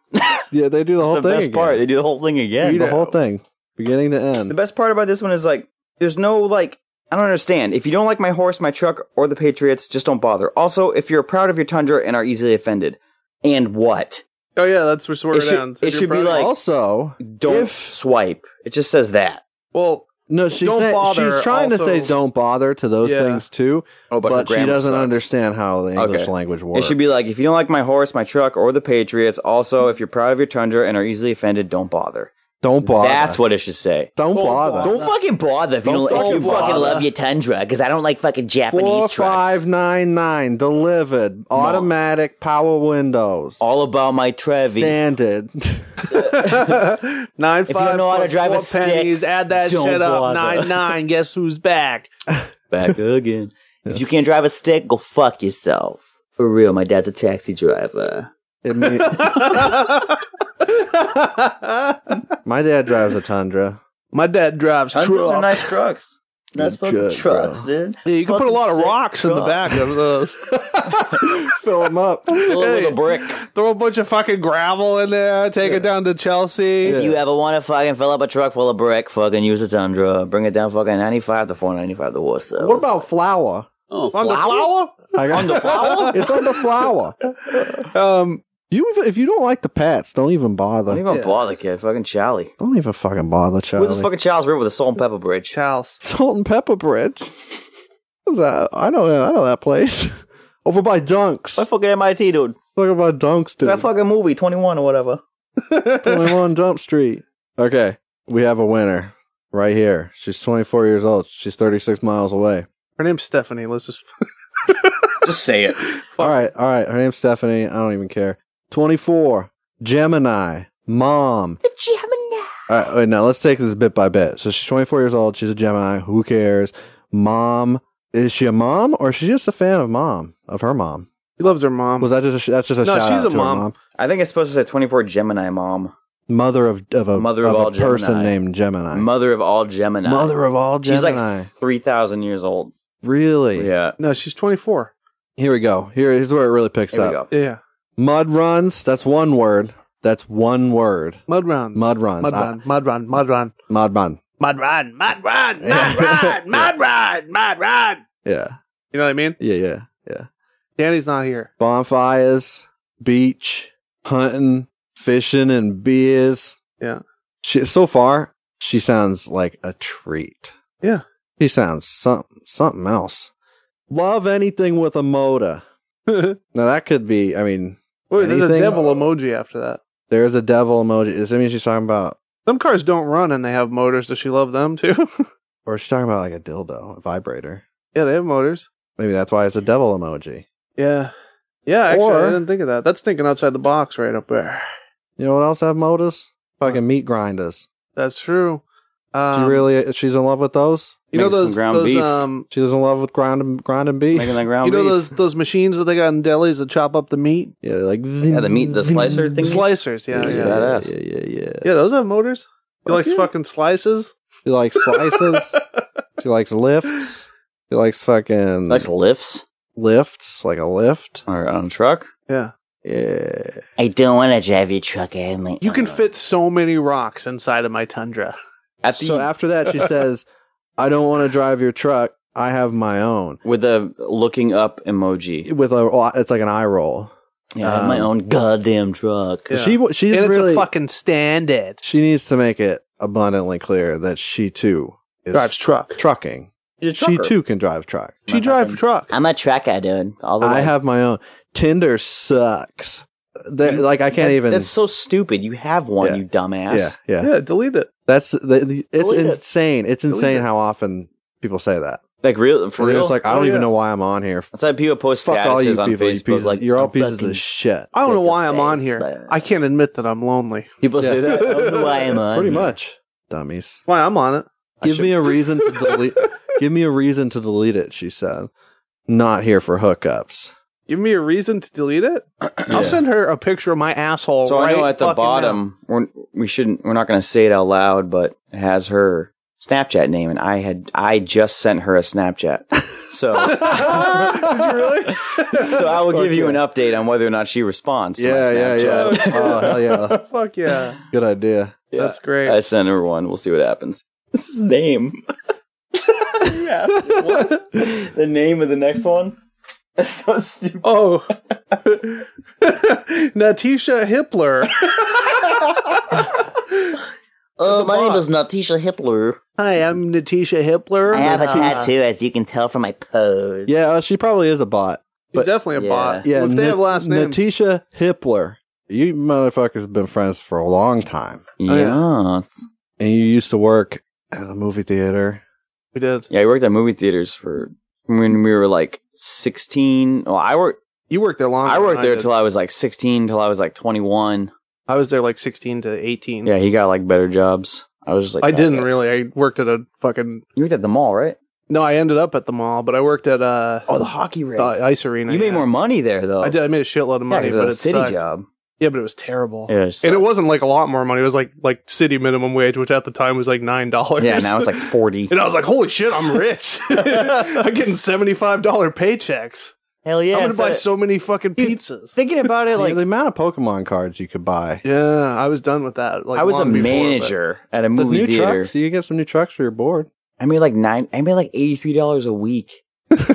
Yeah, they do the whole the thing. best part. They do the whole thing again. the whole thing, beginning to The end. best part about this one is like, there's no like, I don't understand. If you don't like my horse, my truck, or the Patriots, just don't bother. Also, if you're proud of your Tundra and are easily offended, and what? Oh yeah, that's where swear It should- ends. it If you're should be proud- like- also, Don't If- swipe. It just says that. well, no, she Don't said, bother she's trying also- to say don't bother to those Yeah. things too, Oh, but, her she grammar doesn't sucks. understand how the English Okay. language It works. should be like, if you don't like my horse, my truck, or the Patriots, also, if you're proud of your Tundra and are easily offended, don't bother. don't bother. That's what it should say. Don't bother. Don't fucking bother if you Don't don't, if fucking you fucking bother. love your Tundra, because I don't like fucking Japanese Four trucks. five nine nine delivered automatic power windows All about my Trevi. standard. [laughs] Nine you five don't know how to plus drive a four stick, pennies. Add that don't shit up. bother. Nine nine. Guess who's back? Back again. If you can't drive a stick, go fuck yourself. For real, my dad's a taxi driver. It mean- my dad drives a Tundra. My dad drives Huh? Those are truck. nice trucks. [laughs] That's Good fucking judge, bro. trucks, dude. Yeah, you can put a Fucking lot of sick rocks in the truck. back of those. Fill them [laughs] up. Fill it Hey. with a brick. [laughs] Throw a bunch of fucking gravel in there. Take it down to Chelsea. If you ever want to fucking fill up a truck full of brick, fucking use a Tundra. Bring it down fucking 95 to 495 to Warsaw. What about flour? Oh, On the flower? I got, on the flour? [laughs] It's on the flour. Um, You even- if you don't like the Pats, don't even bother. Don't even bother, kid. Fucking Charlie. Don't even fucking bother, Charlie. Where's the fucking Charles River with a salt and pepper bridge? Charles. Salt and Pepper Bridge. What's that? I know, I know that place. [laughs] Over by Dunks. What fucking MIT, dude? Talking about Dunks, dude. That fucking movie, 21 or whatever. 21 Dump Street. Okay, we have a winner right here. She's 24 years old. She's 36 miles away. Her name's Stephanie. Let's just. [laughs] just say it. All right, all right. Her name's Stephanie. I don't even care. 24, Gemini, mom. The Gemini. All right, wait, now let's take this bit by bit. So she's 24 years old. She's a Gemini. Who cares? Mom. Is she a mom or is she just a fan of mom, of her mom? He loves her mom. Was that just a, that's just a No, shout she's out a to her mom. mom? I think it's supposed to say 24 Gemini mom. Mother of of a Mother of a all Gemini. person named Gemini. Mother of all Gemini. Mother of all She's Gemini. like 3,000 years old. really? Yeah. no, she's 24. Here we go. Here is where it really picks Here we up. go. Yeah. Mud runs. That's one word. That's one word. Mud rounds. Mud runs. Mud run. Mud run. Mud run. I- mud run. Mud run. Mud [laughs] run. Yeah. Mud run. Mud run. Yeah. You know what I mean? Yeah. Yeah. Yeah. Danny's not [laughs] here. Bonfires, beach, hunting, fishing, and beers. Yeah. She, so far, she sounds like a treat. Yeah. She sounds something something else. Love anything with a motor. Wait, Now that could be. I mean, there's a Anything? devil emoji after that. there is a devil emoji. Does that mean she's talking about, Some cars don't run and they have motors. Does she love them too? [laughs] or is she talking about like a dildo, a vibrator? yeah, they have motors. Maybe that's why it's a devil emoji. Yeah. Yeah, actually, Or- I didn't think of that. That's thinking outside the box right up there. You know what else have motors? Fucking meat grinders. That's true. Um, she really, she's in love with those. you know Making some those, ground those beef. um, She's in love with grinding, grinding beef. Making that ground you know beef. those those machines that they got in delis that chop up the meat, Yeah, they're like Yeah, the meat, the slicer the thing. slicers. Yeah, Those are yeah, badass. Yeah, yeah, yeah. yeah. yeah. Those have motors. You like Okay. fucking slices? She likes [laughs] slices. she likes lifts. She likes fucking Nice lifts lifts, like a lift. or on a truck. Yeah, Yeah. I don't want to drive your truck. I have my Oh. you can own. fit so many rocks inside of my tundra. At the, So after that, she says, "I don't want to drive your truck. I have my own." with a looking up emoji. With a, it's like an eye roll. Yeah, I have my Um, own goddamn truck. Yeah. She she's and it's really a fucking standard. she needs to make it abundantly clear that she too is Drives truck. trucking. She too can drive truck. She drives truck. I'm a trucker, dude. All the I way. have my own. Tinder sucks. They- like I can't That- even. That's so stupid. You have one, Yeah. you dumbass. yeah, yeah, Yeah, delete it. That's the, the, it's Delete it. insane. It's Delete insane it. how often people say that. Like real for And they're real. just like, I don't Oh, even yeah. know why I'm on here. that's how people post Fuck all you statuses on people. You Facebook. pieces, like you're all I'm pieces fucking- of shit. I don't know Take why I'm on offense, here. but- I can't admit that I'm lonely. People say Yeah. that. I don't know why I'm [laughs] on. Pretty here. much, dummies. Why I'm on it? I Give should- me a reason to delete. give me a reason to delete it. She said, "Not here for hookups." Give me a reason to delete [clears throat] it. Yeah. I'll send her a picture of my asshole. So I know right at the fucking now. bottom we're, we shouldn't. We're not going to say it out loud, but it has her Snapchat name, and I had I just sent her a Snapchat. [laughs] [laughs] So Did you really? [laughs] so I will give you yeah. an update on whether or not she responds. To my Yeah, yeah, Snapchat. yeah. oh hell yeah, [laughs] Fuck yeah. good idea. [laughs] Yeah. That's great. I sent her one. We'll see what happens. This is name. yeah. What? The name of the next one. That's so stupid. Oh. Natisha [laughs] Hippler. Oh, a my name bot. is Natisha Hippler. Hi, I'm Natisha Hippler. I have a Uh, tattoo, as you can tell from my pose. Yeah, uh, she probably is a bot. She's definitely a yeah. bot. Yeah, Well, if they Na- have last names. Natisha Hippler. You motherfuckers have been friends for a long time, Oh, Yeah. and you used to work at a movie theater. we did. Yeah, I worked at movie theaters for when we were like 16. Well, I worked You worked there long. I worked there till Oh, I, I was like 16 till I was like 21. I was there like 16 to 18. Yeah, he got like better jobs. I was just like I "Oh, didn't yeah." really. I worked at a fucking. You worked at the mall, right? No, I ended up at the mall, but I worked at uh, Oh, the hockey the rink. ice arena. you made yeah. more money there though. I did. I made a shitload of Oh. Yeah, money, 'cause it but was it a city sucked. job. Yeah, but it was terrible. It was, and it wasn't like a lot more money. It was like like city minimum wage, which at the time was like nine dollars. Yeah, now [laughs] it's like 40. and I was like, holy shit, I'm [laughs] rich. I'm getting seventy five dollar paychecks. Hell yeah. I'm gonna it's buy a- so many fucking pizzas. [laughs] thinking about it, Like, like, the amount of Pokemon cards you could buy. yeah, I was done with that. Like I was a long before, but- manager at a The movie new theater. trucks. You get some new trucks for your board. I made like nine. I made like eighty three dollars [laughs] a week.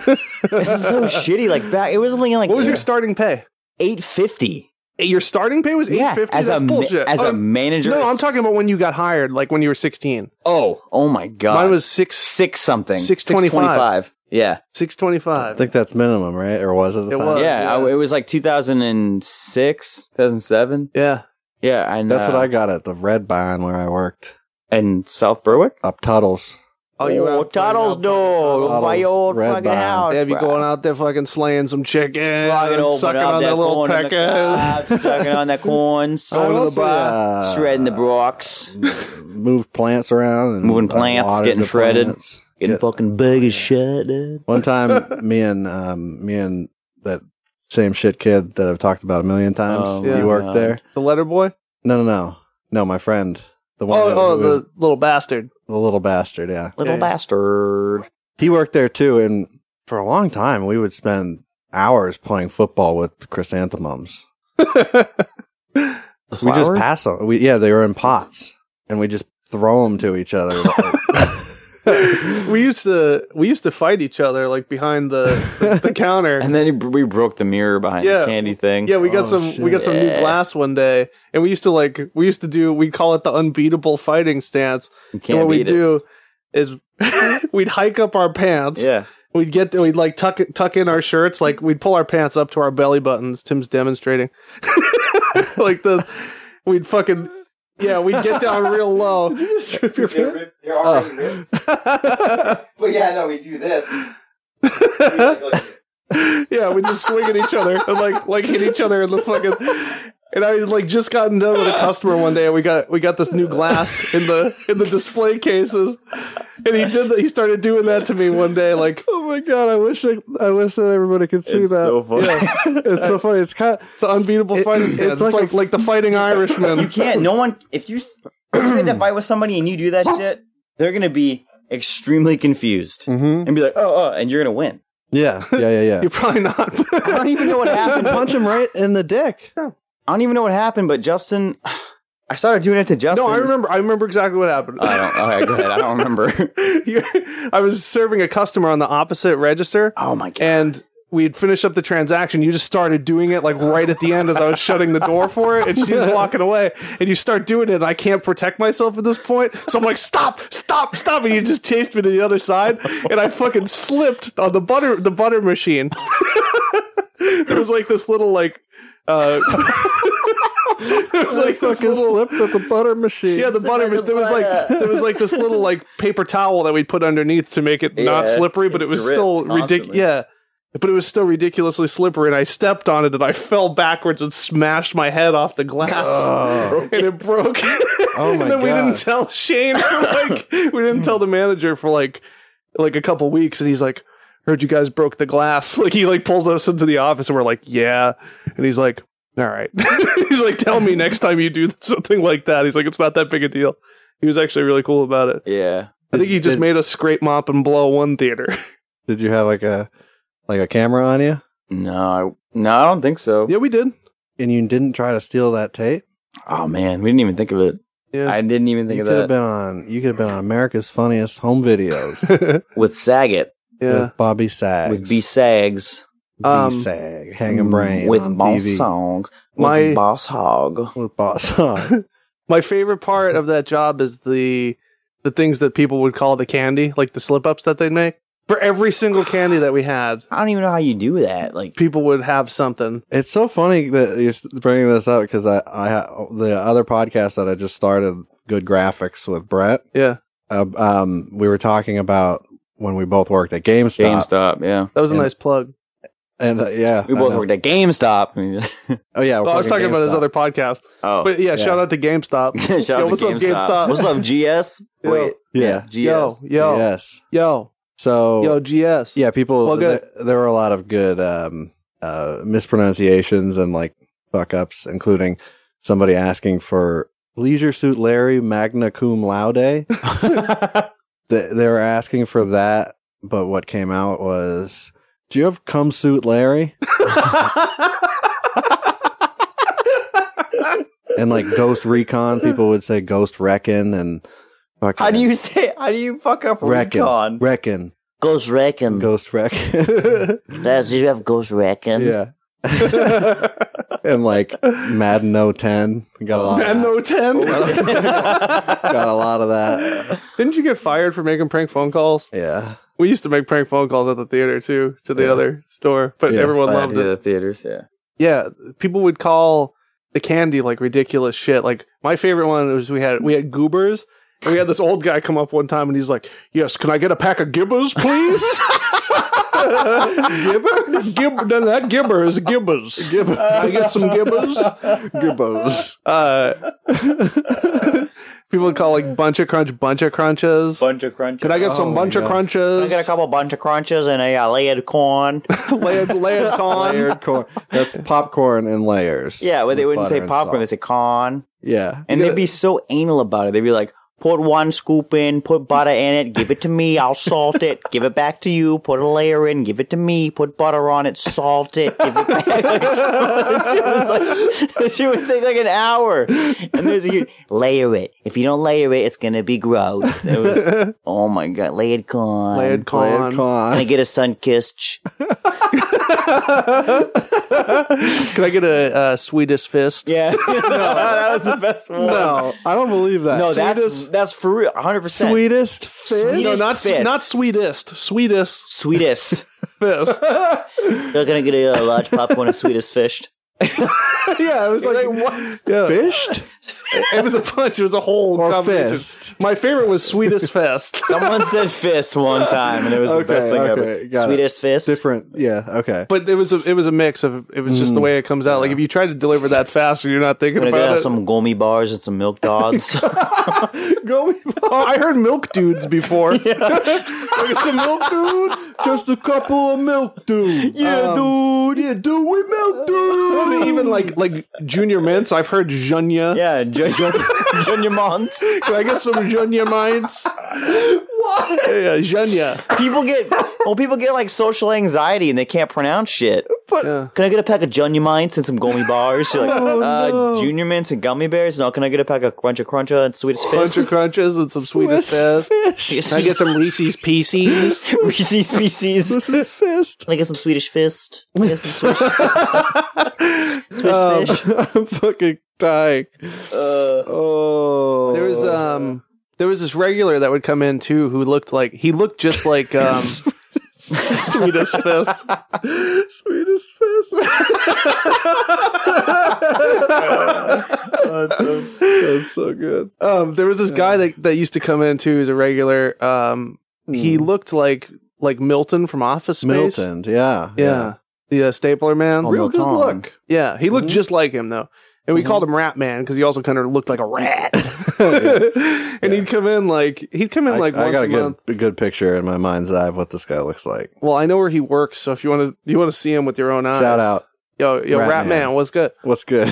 this is so shitty. Like back, it was only like What was your starting pay? Eh, eight fifty. Your starting pay was eight Yeah, fifty. as That's a ma- bullshit. as a Um, manager. No, I'm talking about when you got hired, like when you were 16. Oh, oh my god. Mine was six six something. 625. 625. Yeah, six I twenty-five. think that's minimum, right? Or was it? at the It time? was. yeah. I, Oh, yeah. it was like two thousand and six, two thousand seven. yeah, Yeah, and That's uh, what I got at the Red Barn where I worked And South Berwick. up Tuttle's. Oh, you were oh, out playing Toddles out no. fucking- Toddles, Why your old Red fucking Barn. house? Yeah, you bruh. going out there fucking slaying some chicken, Fucking open sucking up on that their little corn in the peckers. crop, [laughs] sucking on [laughs] that corns, Going to the bar. shredding the Bronx. moved plants around and Moving I plants, watered getting the shredded. plants. Getting fucking big as shit, dude. One [laughs] time, me and um, me and that same shit kid that I've talked about a million times. Oh, you yeah. worked God. there? The letter boy. No, no, no, no. My friend, the one, Oh, who- oh, who- the little bastard. the little bastard. Yeah, Little Yeah. bastard. he worked there too, and for a long time, we would spend hours playing football with [laughs] chrysanthemums. We just Flower? pass them. We yeah, they were in pots, and we just throw them to each [laughs] other. we used to we used to fight each other like behind the [laughs] the counter. And then he, we broke the mirror behind Yeah. the candy thing. Yeah, we Oh, got some we shit. got some new Yeah. glass one day, and we used to like we used to do we call it the unbeatable fighting stance. You can't And what we beat it. do is [laughs] we'd hike up our pants. Yeah. We'd get to, we'd like tuck tuck in our shirts, like we'd pull our pants up to our belly buttons. Tim's demonstrating [laughs] like this. We'd fucking yeah, we'd get down real low. They're already ripped. Oh. [laughs] But yeah, no, we do this. yeah, we just swing at each other and like like hit each other in the fucking. And I was like just gotten done with a customer one day, and we got we got this new glass in the in the display cases, and he did that. He started doing that to me one day, like oh my god! I wish I, I wish that everybody could see It's that. so funny. [laughs] Yeah. [laughs] it's so funny. It's kind of it's the unbeatable fighting stance. It's, it's like like like, the fighting Irishman. [laughs] [laughs] You can't. No one. If [clears throat] you get to fight with somebody and you do that shit, they're gonna be extremely confused Mm-hmm. and be like, "Oh, oh," and you're gonna win. yeah, yeah, yeah, yeah. You're probably not. I don't even know what happened. punch him right in the dick. I don't even know what happened, but Justin, [sighs] I started doing it to Justin. no, I remember. I remember exactly what happened. [laughs] I don't. Okay, go ahead. I don't remember. You- I was serving a customer on the opposite register, Oh [laughs] my god. and we'd finish up the transaction. You just started doing it like right at the end as I was shutting the door for it, and [laughs] she's walking away, and you start doing it. And I can't protect myself at this point, so I'm like, "Stop! Stop! Stop!" And you just chased me to the other side, and I fucking slipped on the butter the butter machine. [laughs] there was like this little like. Uh, [laughs] there was like this Fucking little slipped at the butter machine. yeah, the butter was there was like uh, there was like this little like [laughs] paper towel that we'd put underneath to make it not Yeah, slippery, but it it was dripped still ridiculous. constantly. Yeah, but it was still ridiculously slippery, and I stepped on it and I fell backwards and smashed my head off the glass, [laughs] and it broke. Oh my and then we God. didn't tell Shane. [laughs] For like we didn't tell the manager for like like a couple weeks, and he's like. Heard you guys broke the glass. [laughs] Like he like pulls us into the office and we're like, yeah. And he's like, all right. [laughs] he's like, tell me next time you do [laughs] something like that. He's like, it's not that big a deal. He was actually really cool about it. yeah. I think he just Did- made us scrape mop and blow one theater. [laughs] Did you have like a like a camera on you? No. I, no, I don't think so. yeah, we did. And you didn't try to steal that tape. Oh man, we didn't even think of it. Yeah. I didn't even think you of could have that been on. You could have been on America's Funniest Home [laughs] [laughs] Videos with Saget, yeah. with Bobby Sags. with B Sags, Um, B Sag, Hanging Brain with on boss TV. songs, My- with boss hog. With boss song. [laughs] My favorite part of that job is the the things that people would call the candy, like the slip ups that they'd make. For every single candy that we had, I don't even know how you do that. Like, people would have something. It's so funny that you're s- bringing this up because I, I ha- the other podcast that I just started, Good Graphics with Brett. Yeah. Uh, um, we were talking about when we both worked at GameStop. GameStop, yeah. That was a And- nice plug. And uh, yeah, We I both know. worked at GameStop. Oh yeah, Oh, I was talking about his other podcast. [laughs] oh. But yeah, shout out to GameStop. [laughs] Shout out Yo, to what's up, GameStop? What's up, GS? Yo. Wait. Yeah. GS. Yo, yo, Yes. yo, So yo, [laughs] GS. Oh. yeah, people. Well, good. th- there were a lot of good um, uh, mispronunciations and like fuck ups, including somebody asking for Leisure Suit Larry magna cum laude. [laughs] they, they were asking for that, but what came out was, "Do you have cum suit [laughs] Larry?" and like Ghost Recon, people would say Ghost Reckon and fucking How do you [laughs] say? How do you fuck up Reckon recon? Reckon Ghost Reckon. Ghost Reckon. Does you have Ghost Reckon? [laughs] yeah. [laughs] and like Madden 010 got a lot of that. no 10? got a lot of that. [laughs] Didn't you get fired for making prank phone calls? Yeah. We used to make prank phone calls at the theater too, to the other store, but Yeah, everyone loved it. the theaters. Yeah. Yeah, people would call the candy like ridiculous shit. Like my favorite one was we had we had goobers. And we had this old guy come up one time and he's like, "Yes, can I get a pack of gibbers, [laughs] please?" gibbers? Gib- no, not gibbers, gibbers. Gibbers. I get some gibbers. Gibbos. Uh, people would call like bunch of crunch, bunch of crunches. Bunch of crunches. Can I get Oh some my bunch of gosh. crunches? I got a couple bunch of crunches and a uh, layered [laughs] corn. layered, layered con. Layered corn. That's popcorn in layers. Yeah, well, they With wouldn't butter say and popcorn; they salt. say corn, Yeah. and they'd be so anal about it. They'd be like, "Put one scoop in, put butter in it, give it to me. I'll salt it, give it back to you. Put a layer in, give it to me. Put butter on it, salt it, give it back." [laughs] she was like, [laughs] she would take like an hour, and there's a huge, layer it. If you don't layer it, it's gonna be gross. It was, [laughs] oh my god, layered corn. Layered Layered con. Can I corn. get a sun kissed? Can I get a uh, Swedish fist? [laughs] Yeah, [laughs] no, that was the best one. No, I don't believe that. No, that's that's for real, hundred percent. sweetest fish. No, not Sweetest fist. not sweetest, sweetest sweetest. fist. They're gonna get a, uh, large popcorn of sweetest fish. [laughs] yeah, it was like, what? Yeah. Fished? [laughs] It was a punch. It was a whole Or combination. fist. My favorite was sweetest [laughs] fest. Someone said fist one time, and it was the Okay, best thing okay, got ever. it. Sweetest fist. Different. Yeah. Okay. But it was a it was a mix of it was just the way it comes out. Like if you try to deliver that fast and you're not thinking Gonna go about have it. some gourmet bars and some milk dogs. [laughs] [laughs] oh, I heard milk dudes [laughs] [laughs] before. Like, some milk dudes. Just a couple of milk, Uh, dude. Yeah, dude. Yeah, dude. We milk, um, Some of dude. the- even like like junior mints. I've heard Junya. yeah, Junior Junior Mons. Can I get some Junya mints? [laughs] What? Yeah, Junya. People get well, people get like social anxiety and they can't pronounce shit. Yeah. Can I get a pack of Junior Mints and some gummy bars? You're like, uh, Junior Mints and gummy bears? No, can I get a pack of Cruncha Cruncha and Sweetest Bunch Fist? of crunches and some sweetest fest. Can I get some Reese's Pieces? [laughs] Reese's Pieces? Sweetest fist. Can I get some Swedish Fist? Can I get some Swedish, Swiss Um, fish? I'm fucking dying. oh, There was um there was this regular that would come in too who looked like he looked just like [laughs] um sweetest fist. sweetest [laughs] fist. That's so good. [laughs] Um there was this guy that, that used to come in too as a regular. Um he looked like like Milton from Office Space. Hmm. Milton. Yeah. Yeah. The uh, stapler man. Real good Milton. look. Yeah, he Mm-hmm. looked just like him though. And we called him Rat Man because he also kind of looked like [laughs] a rat. [laughs] and he'd come in like he'd come in I, like I once got a a month. good, a good picture in my mind's eye of what this guy looks like. Well, I know where he works, so if you want to you want to see him with your own eyes. Shout out. Yo, yo, Rat Rat, Man. Man. what's good? What's [laughs] good?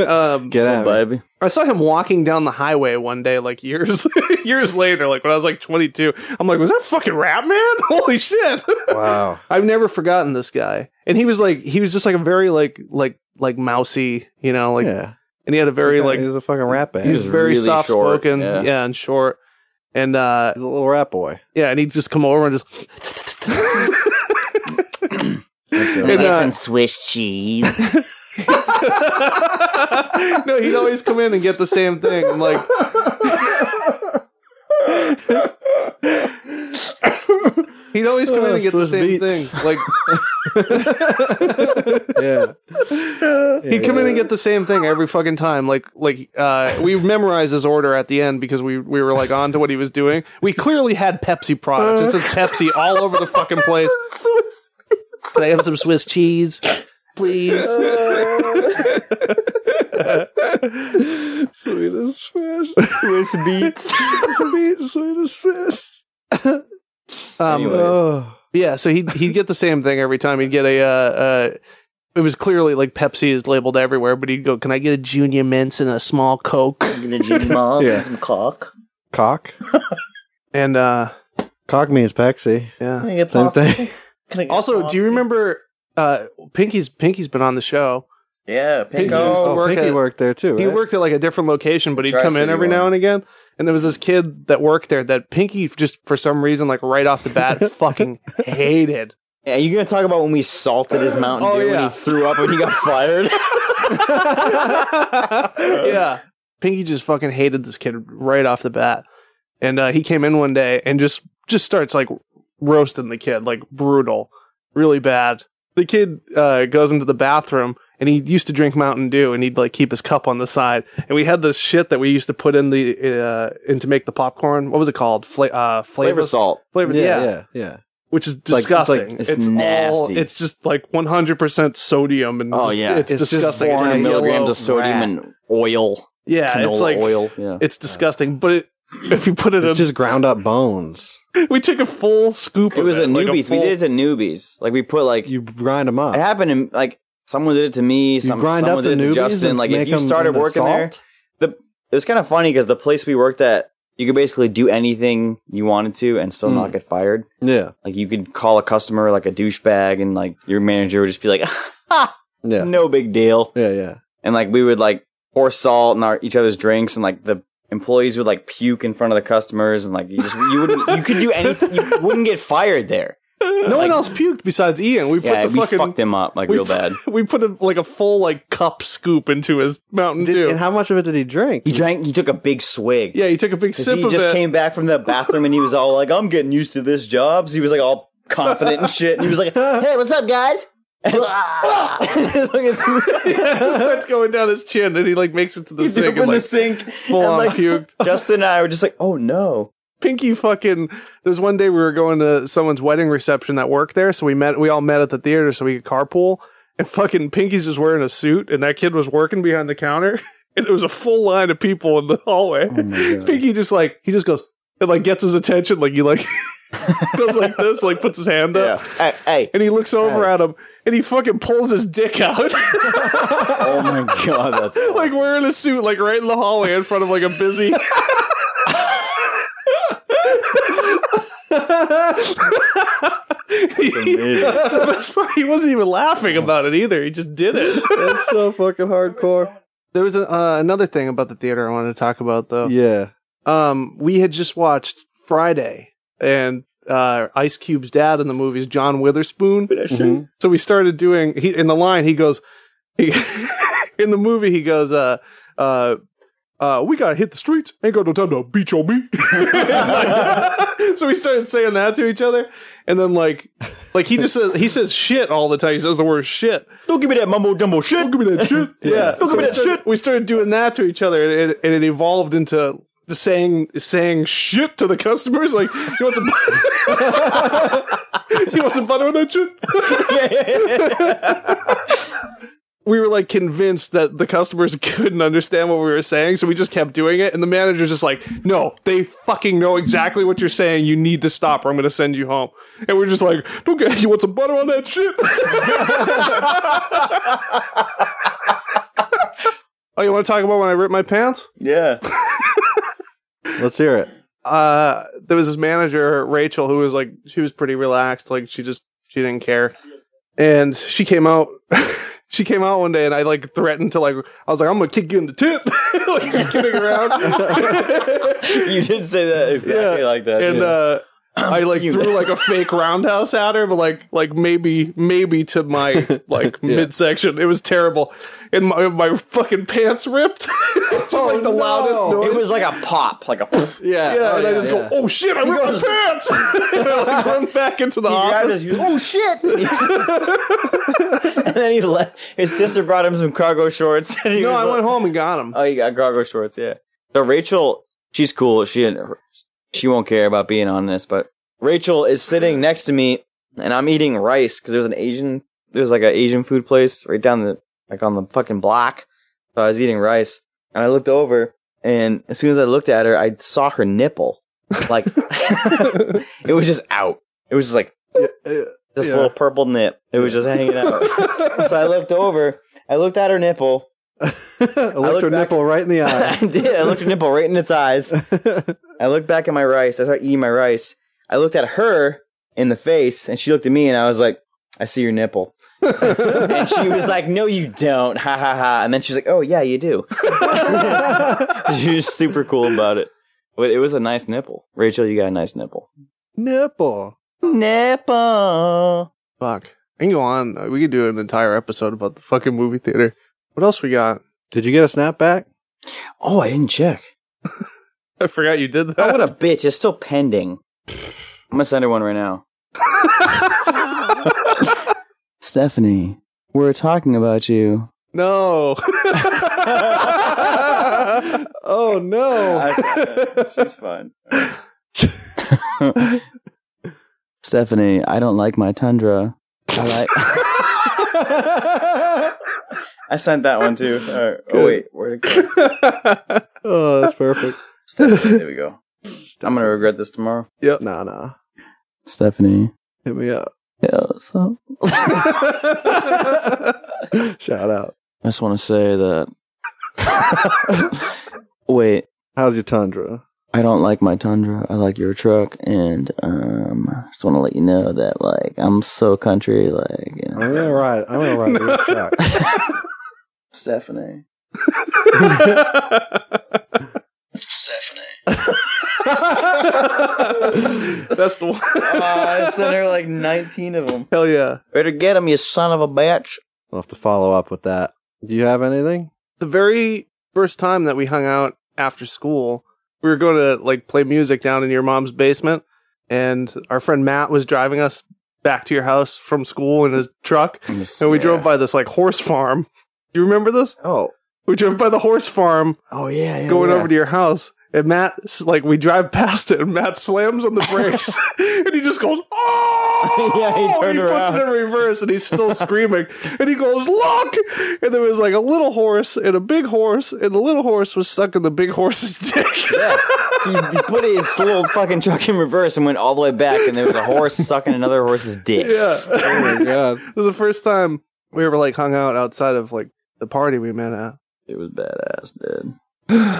um, [laughs] Get out. baby. I saw him walking down the highway one day, like years [laughs] years later, like when I was like 22. I'm like, was that fucking Rat Man? [laughs] Holy shit! Wow. I've never forgotten this guy, and he was like, he was just like a very like like like mousy, you know, like, yeah. and he had a very like he's a fucking rap band. he was He's, very really soft spoken, short, yeah. yeah. and short, and uh, a little rap [laughs] boy. yeah, and he'd just come over and just. Can I And, get uh, some Swiss cheese? no, he'd always come in and get the same thing. I'm like, he'd always come in Oh, and get Swiss the same beats. thing. [laughs] Like, Yeah. he'd come in and get the same thing every fucking time. Like, like uh, we memorized his order at the end because we we were like on to what he was doing. We clearly had Pepsi products. It says Pepsi all over [laughs] the fucking place. Can I have some Swiss cheese, please? [laughs] Uh, Sweetest [laughs] fish. Swiss [laughs] beats. Swiss beats. Sweetest fish. Um, Anyways. Oh. Yeah, so he'd he'd get the same thing every time. He'd get a uh, uh, it was clearly like Pepsi is labeled everywhere, but he'd go, "Can I get a junior mints and a small Coke?" In the gym, mom, Yeah. some cock. Cock. And uh, Cock means Pepsi. yeah, Can I get Same pasta? thing. Can I get Also, do pasta? you remember uh Pinky's Pinky's been on the show. Yeah, Pinky Pinko. used to Oh, work Pinky at- worked there too. He right? worked at like a different location, but he'd come in Tri-City every now one. and again. And there was this kid that worked there that Pinky just for some reason, like right off the [laughs] bat, fucking hated. Yeah, you're gonna talk about when we salted his Mountain Oh, Dew yeah. and he threw up and he got fired. [laughs] yeah. Pinky just fucking hated this kid right off the bat. And uh, he came in one day and just just starts like roasting the kid, like brutal, really bad. The kid uh, goes into the bathroom and he used to drink Mountain Dew and he'd like keep his cup on the side. And we had this shit that we used to put in the uh, in to make the popcorn. What was it called? Fla- uh, Flavor flavor salt. Flavor, yeah, yeah, yeah, yeah. which is like- disgusting. it's it's nasty. All, it's just like 100 percent sodium and Oh, just- yeah. it's, It's just disgusting. It's foreign 400 like yellow milligrams of sodium rat. and oil. yeah, canola it's like [laughs] oil. Yeah. it's disgusting, but it, if you put it in, It's just ground up bones. [laughs] we took a full scoop. It of was at like newbies. we [laughs] full- did it to newbies. Like we put like You grind them up. it happened in like someone did it to me. Some grind someone up did the it to newbies Justin. and Like if make you 'em started into working there, salt? the it was kind of funny because the place we worked at, you could basically do anything you wanted to and still Hmm. not get fired. Yeah, Like you could call a customer like a douchebag, and like your manager would just be like, [laughs] yeah, "No big deal." yeah, yeah. And like we would like pour salt in our each other's drinks, and like the employees would like puke in front of the customers, and like you just you wouldn't you [laughs] could do anything. You wouldn't get fired there. No one else puked besides Ian. We Yeah, put we the fucking fucked him up like we real bad. [laughs] we put a, like a full like cup scoop into his Mountain Did- Dew. and how much of it did he drink? [laughs] He drank. He took a big swig. yeah, he took a big Because sip he of just it. came back from the bathroom and he was all like, I'm getting used to this job. So he was like all confident and shit. And he [laughs] was like, hey, what's up, guys? And- yeah, [laughs] it just [laughs] starts going down his chin, and he like makes it to the He threw sink up and in the like sink. full and, on like, puked. [laughs] Justin and I were just like, oh no. Pinky fucking. There's one day we were going to someone's wedding reception that worked there, so we met. We all met at the theater, so we could carpool. And fucking Pinky's was wearing a suit, and that kid was working behind the counter, [laughs] and there was a full line of people in the hallway. Pinky just like he just goes and like gets his attention, like he like [laughs] goes like this, like puts his hand Yeah. up, Hey, hey. and he looks over at him, and he fucking pulls his dick out, [laughs] Oh my God. That's like wearing a suit, like right in the hallway in front of like a busy. [laughs] the best part, he wasn't even laughing about it either. He just did it. That's [laughs] so fucking hardcore. There was a, uh, another thing about the theater I wanted to talk about, though. Yeah. Um, we had just watched Friday and uh, Ice Cube's dad in the movie is John Witherspoon. Mhm. So we started doing he in the line he goes he, [laughs] in the movie he goes uh uh uh, we gotta hit the streets. Ain't got no time to beat your meat. [laughs] Like, so we started saying that to each other, and then like, like he just says he says shit all the time. He says the word shit. Don't give me that mumbo jumbo shit. Don't give me that shit. yeah. Don't give me we that started, shit. We started doing that to each other, and it, and it evolved into the saying saying shit to the customers. Like, you want some? [laughs] you want some butter on that shit? [laughs] we were like convinced that the customers [laughs] couldn't understand what we were saying, so we just kept doing it. And the manager's just like, "No, they fucking know exactly what you're saying. You need to stop, or I'm going to send you home." And we're just like, "Don't get [laughs] you want some butter on that shit." [laughs] oh, you want to talk about when I ripped my pants? Yeah. Let's hear it. uh there was this manager rachel who was like she was pretty relaxed like she just she didn't care and she came out [laughs] she came out one day and i like threatened to like i was like i'm gonna kick you in the tit [laughs] like just kidding [laughs] around [laughs] You did say that exactly Yeah. like that. and yeah. uh I like You- threw like [laughs] a fake roundhouse at her, but like like maybe maybe to [laughs] my like midsection. It was terrible, and my my fucking pants ripped. [laughs] Just like the loudest noise. it was like [laughs] a pop, like a. Yeah. Oh, Yeah, and I just go, oh shit, I ripped my pants! [laughs] and I like run back into the office. [laughs] oh shit! and then he left. His sister brought him some cargo shorts. And he No, was I like- went home and got him. Oh, you got cargo shorts, yeah. So Rachel, she's cool. She didn't- she won't care about being on this, but Rachel is sitting next to me, and I'm eating rice because there's an Asian, there's like an Asian food place right down the like on the fucking block. So I was eating rice, and I looked over, and as soon as I looked at her, I saw [laughs] her nipple, like it was just out. It was just like this Yeah. little purple nip. It was just hanging out. so I looked over. I looked at her nipple. I looked her back- nipple right in the eye. [laughs] I did. I looked her nipple right in its eyes. I looked back at my rice. I started eating my rice. I looked at her in the face, and she looked at me, and I was like, "I see your nipple." and she was like, "No, you don't." Ha ha ha. And then she's like, "Oh yeah, you do." [laughs] she was super cool about it. But it was a nice nipple, Rachel. You got a nice nipple. [laughs] nipple. Nipple. Fuck. I can go on. We could do an entire episode about the fucking movie theater. What else we got? Did you get a snapback? Oh, I didn't check. I forgot you did Oh, that. [laughs] what a bitch. It's still pending. I'm going to send her one right now. [laughs] Stephanie, we're talking about you. [laughs] No. Oh no! She's fine. [laughs] Stephanie, I don't like my tundra. I like. [laughs] I sent that one too. All right. Oh wait, where did it go? [laughs] oh, that's perfect. Stephanie, there we go. I'm gonna regret this tomorrow. Nah, nah. Stephanie. Hit me up. Yeah, so Shout out. I just want to say that. [laughs] wait, How's your tundra? I don't like my Tundra. I like your truck, and um, just want to let you know that like I'm so country, like you know. I'm gonna ride. I'm gonna [laughs] ride your truck. Stephanie. Stephanie. [laughs] That's the one. Uh, I sent her like 19 of them. Hell yeah. Better get them, you son of a bitch. We'll have to follow up with that. Do you have anything? the very first time that we hung out after school, we were going to like play music down in your mom's basement, and our friend Matt was driving us back to your house from school in his truck, and we drove by this like horse farm. Do you remember this? Oh. We drove by the horse farm Oh, yeah. yeah going yeah. over to your house. And Matt, s- like, we drive past it, and Matt slams on the [laughs] brakes, and he just goes, "Oh!" Yeah, he turned puts it in reverse, and he's still screaming, and he goes, "Look!" And there was like a little horse and a big horse, and the little horse was sucking the big horse's [laughs] dick. he, he put his little fucking truck in reverse and went all the way back, and there was a horse sucking another horse's dick. yeah, Oh my god. [laughs] it was the first time we ever like hung out outside of like the party we met at. [sighs] It was badass, dude.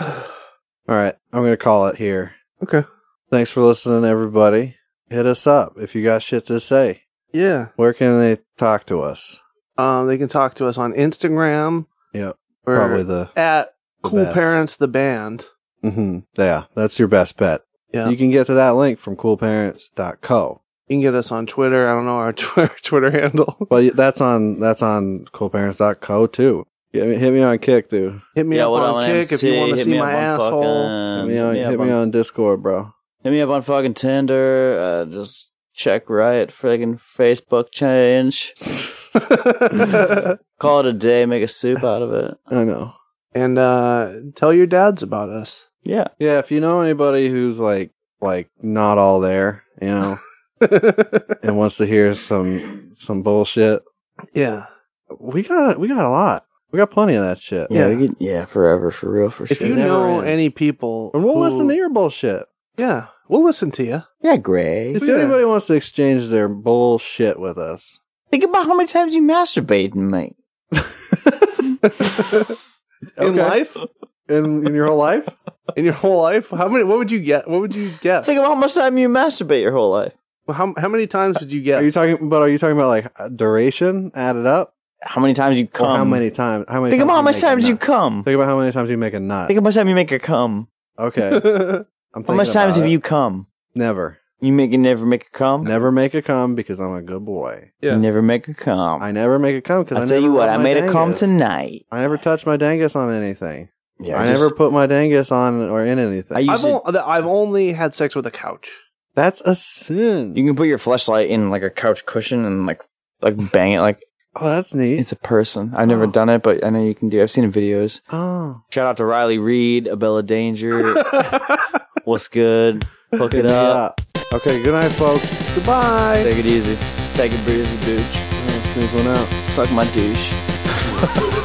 All right, I'm gonna call it here. Okay. Thanks for listening, everybody. Hit us up if you got shit to say. Yeah, Where can they talk to us? um, they can talk to us on Instagram. Yep, or Probably the. at the Cool best. Parents the Band. hmm Yeah, that's your best bet. Yeah. You can get to that link from coolparents.co. You can get us on Twitter. I don't know our [laughs] Twitter, Twitter handle. But that's on that's on coolparents.co too. Get me, hit me on Kick, dude. Hit me Yeah, up what on Kick if you want to see my asshole. Um, Hit me on, hit me on Discord, bro. Hit me up on fucking Tinder. Uh, just check Riot friggin' Facebook change. [laughs] Call it a day. Make a soup out of it. I know. and uh, tell your dads about us. [laughs] Yeah. Yeah, if you know anybody who's like like not all there, you know, and wants to hear some some bullshit, yeah. we got we got a lot. We got plenty of that shit. Yeah. Yeah. we could- yeah. Forever. For real. For If sure. you never know ends. any people, And we'll who- listen to your bullshit. Yeah, we'll listen to [laughs] you. yeah, Greg. If Yeah. anybody wants to exchange their bullshit with us, Think about how many times you masturbated, mate. [laughs] In Okay. life, in, in your whole life, in your whole life, how many? What would you get? What would you get? Think about how much time you masturbate your whole life. How how many times would you are you [laughs] get? talking? But are you talking about like uh, duration added up, How many times you or come? how many times? How many? Think times about how much make a times you nut? come. Think about how many times you make a nut. Think how much time you make a cum. [laughs] okay, I'm How much thinking times about have it. you come? Never, You make you never make a cum. never make a cum because I'm a good boy. Yeah. You never make a cum. I never make a cum because I'll I tell never you what, rub I my made a dangus. cum tonight. I never touched my dangus on anything. Yeah, I just- never put my dangus on or in anything. I I've, usually, on- I've only had sex with a couch. That's a sin. you can put your flashlight in like a couch cushion and like like bang it like oh, that's neat. it's a person. I've never Oh. done it, but I know you can do. I've seen videos. oh, Shout out to Riley Reed, Abella Danger. What's good? Hook it Yeah. up. Okay, good night, folks. Goodbye. Take it easy. Take it breezy, bitch. Sneak one out. Suck my douche.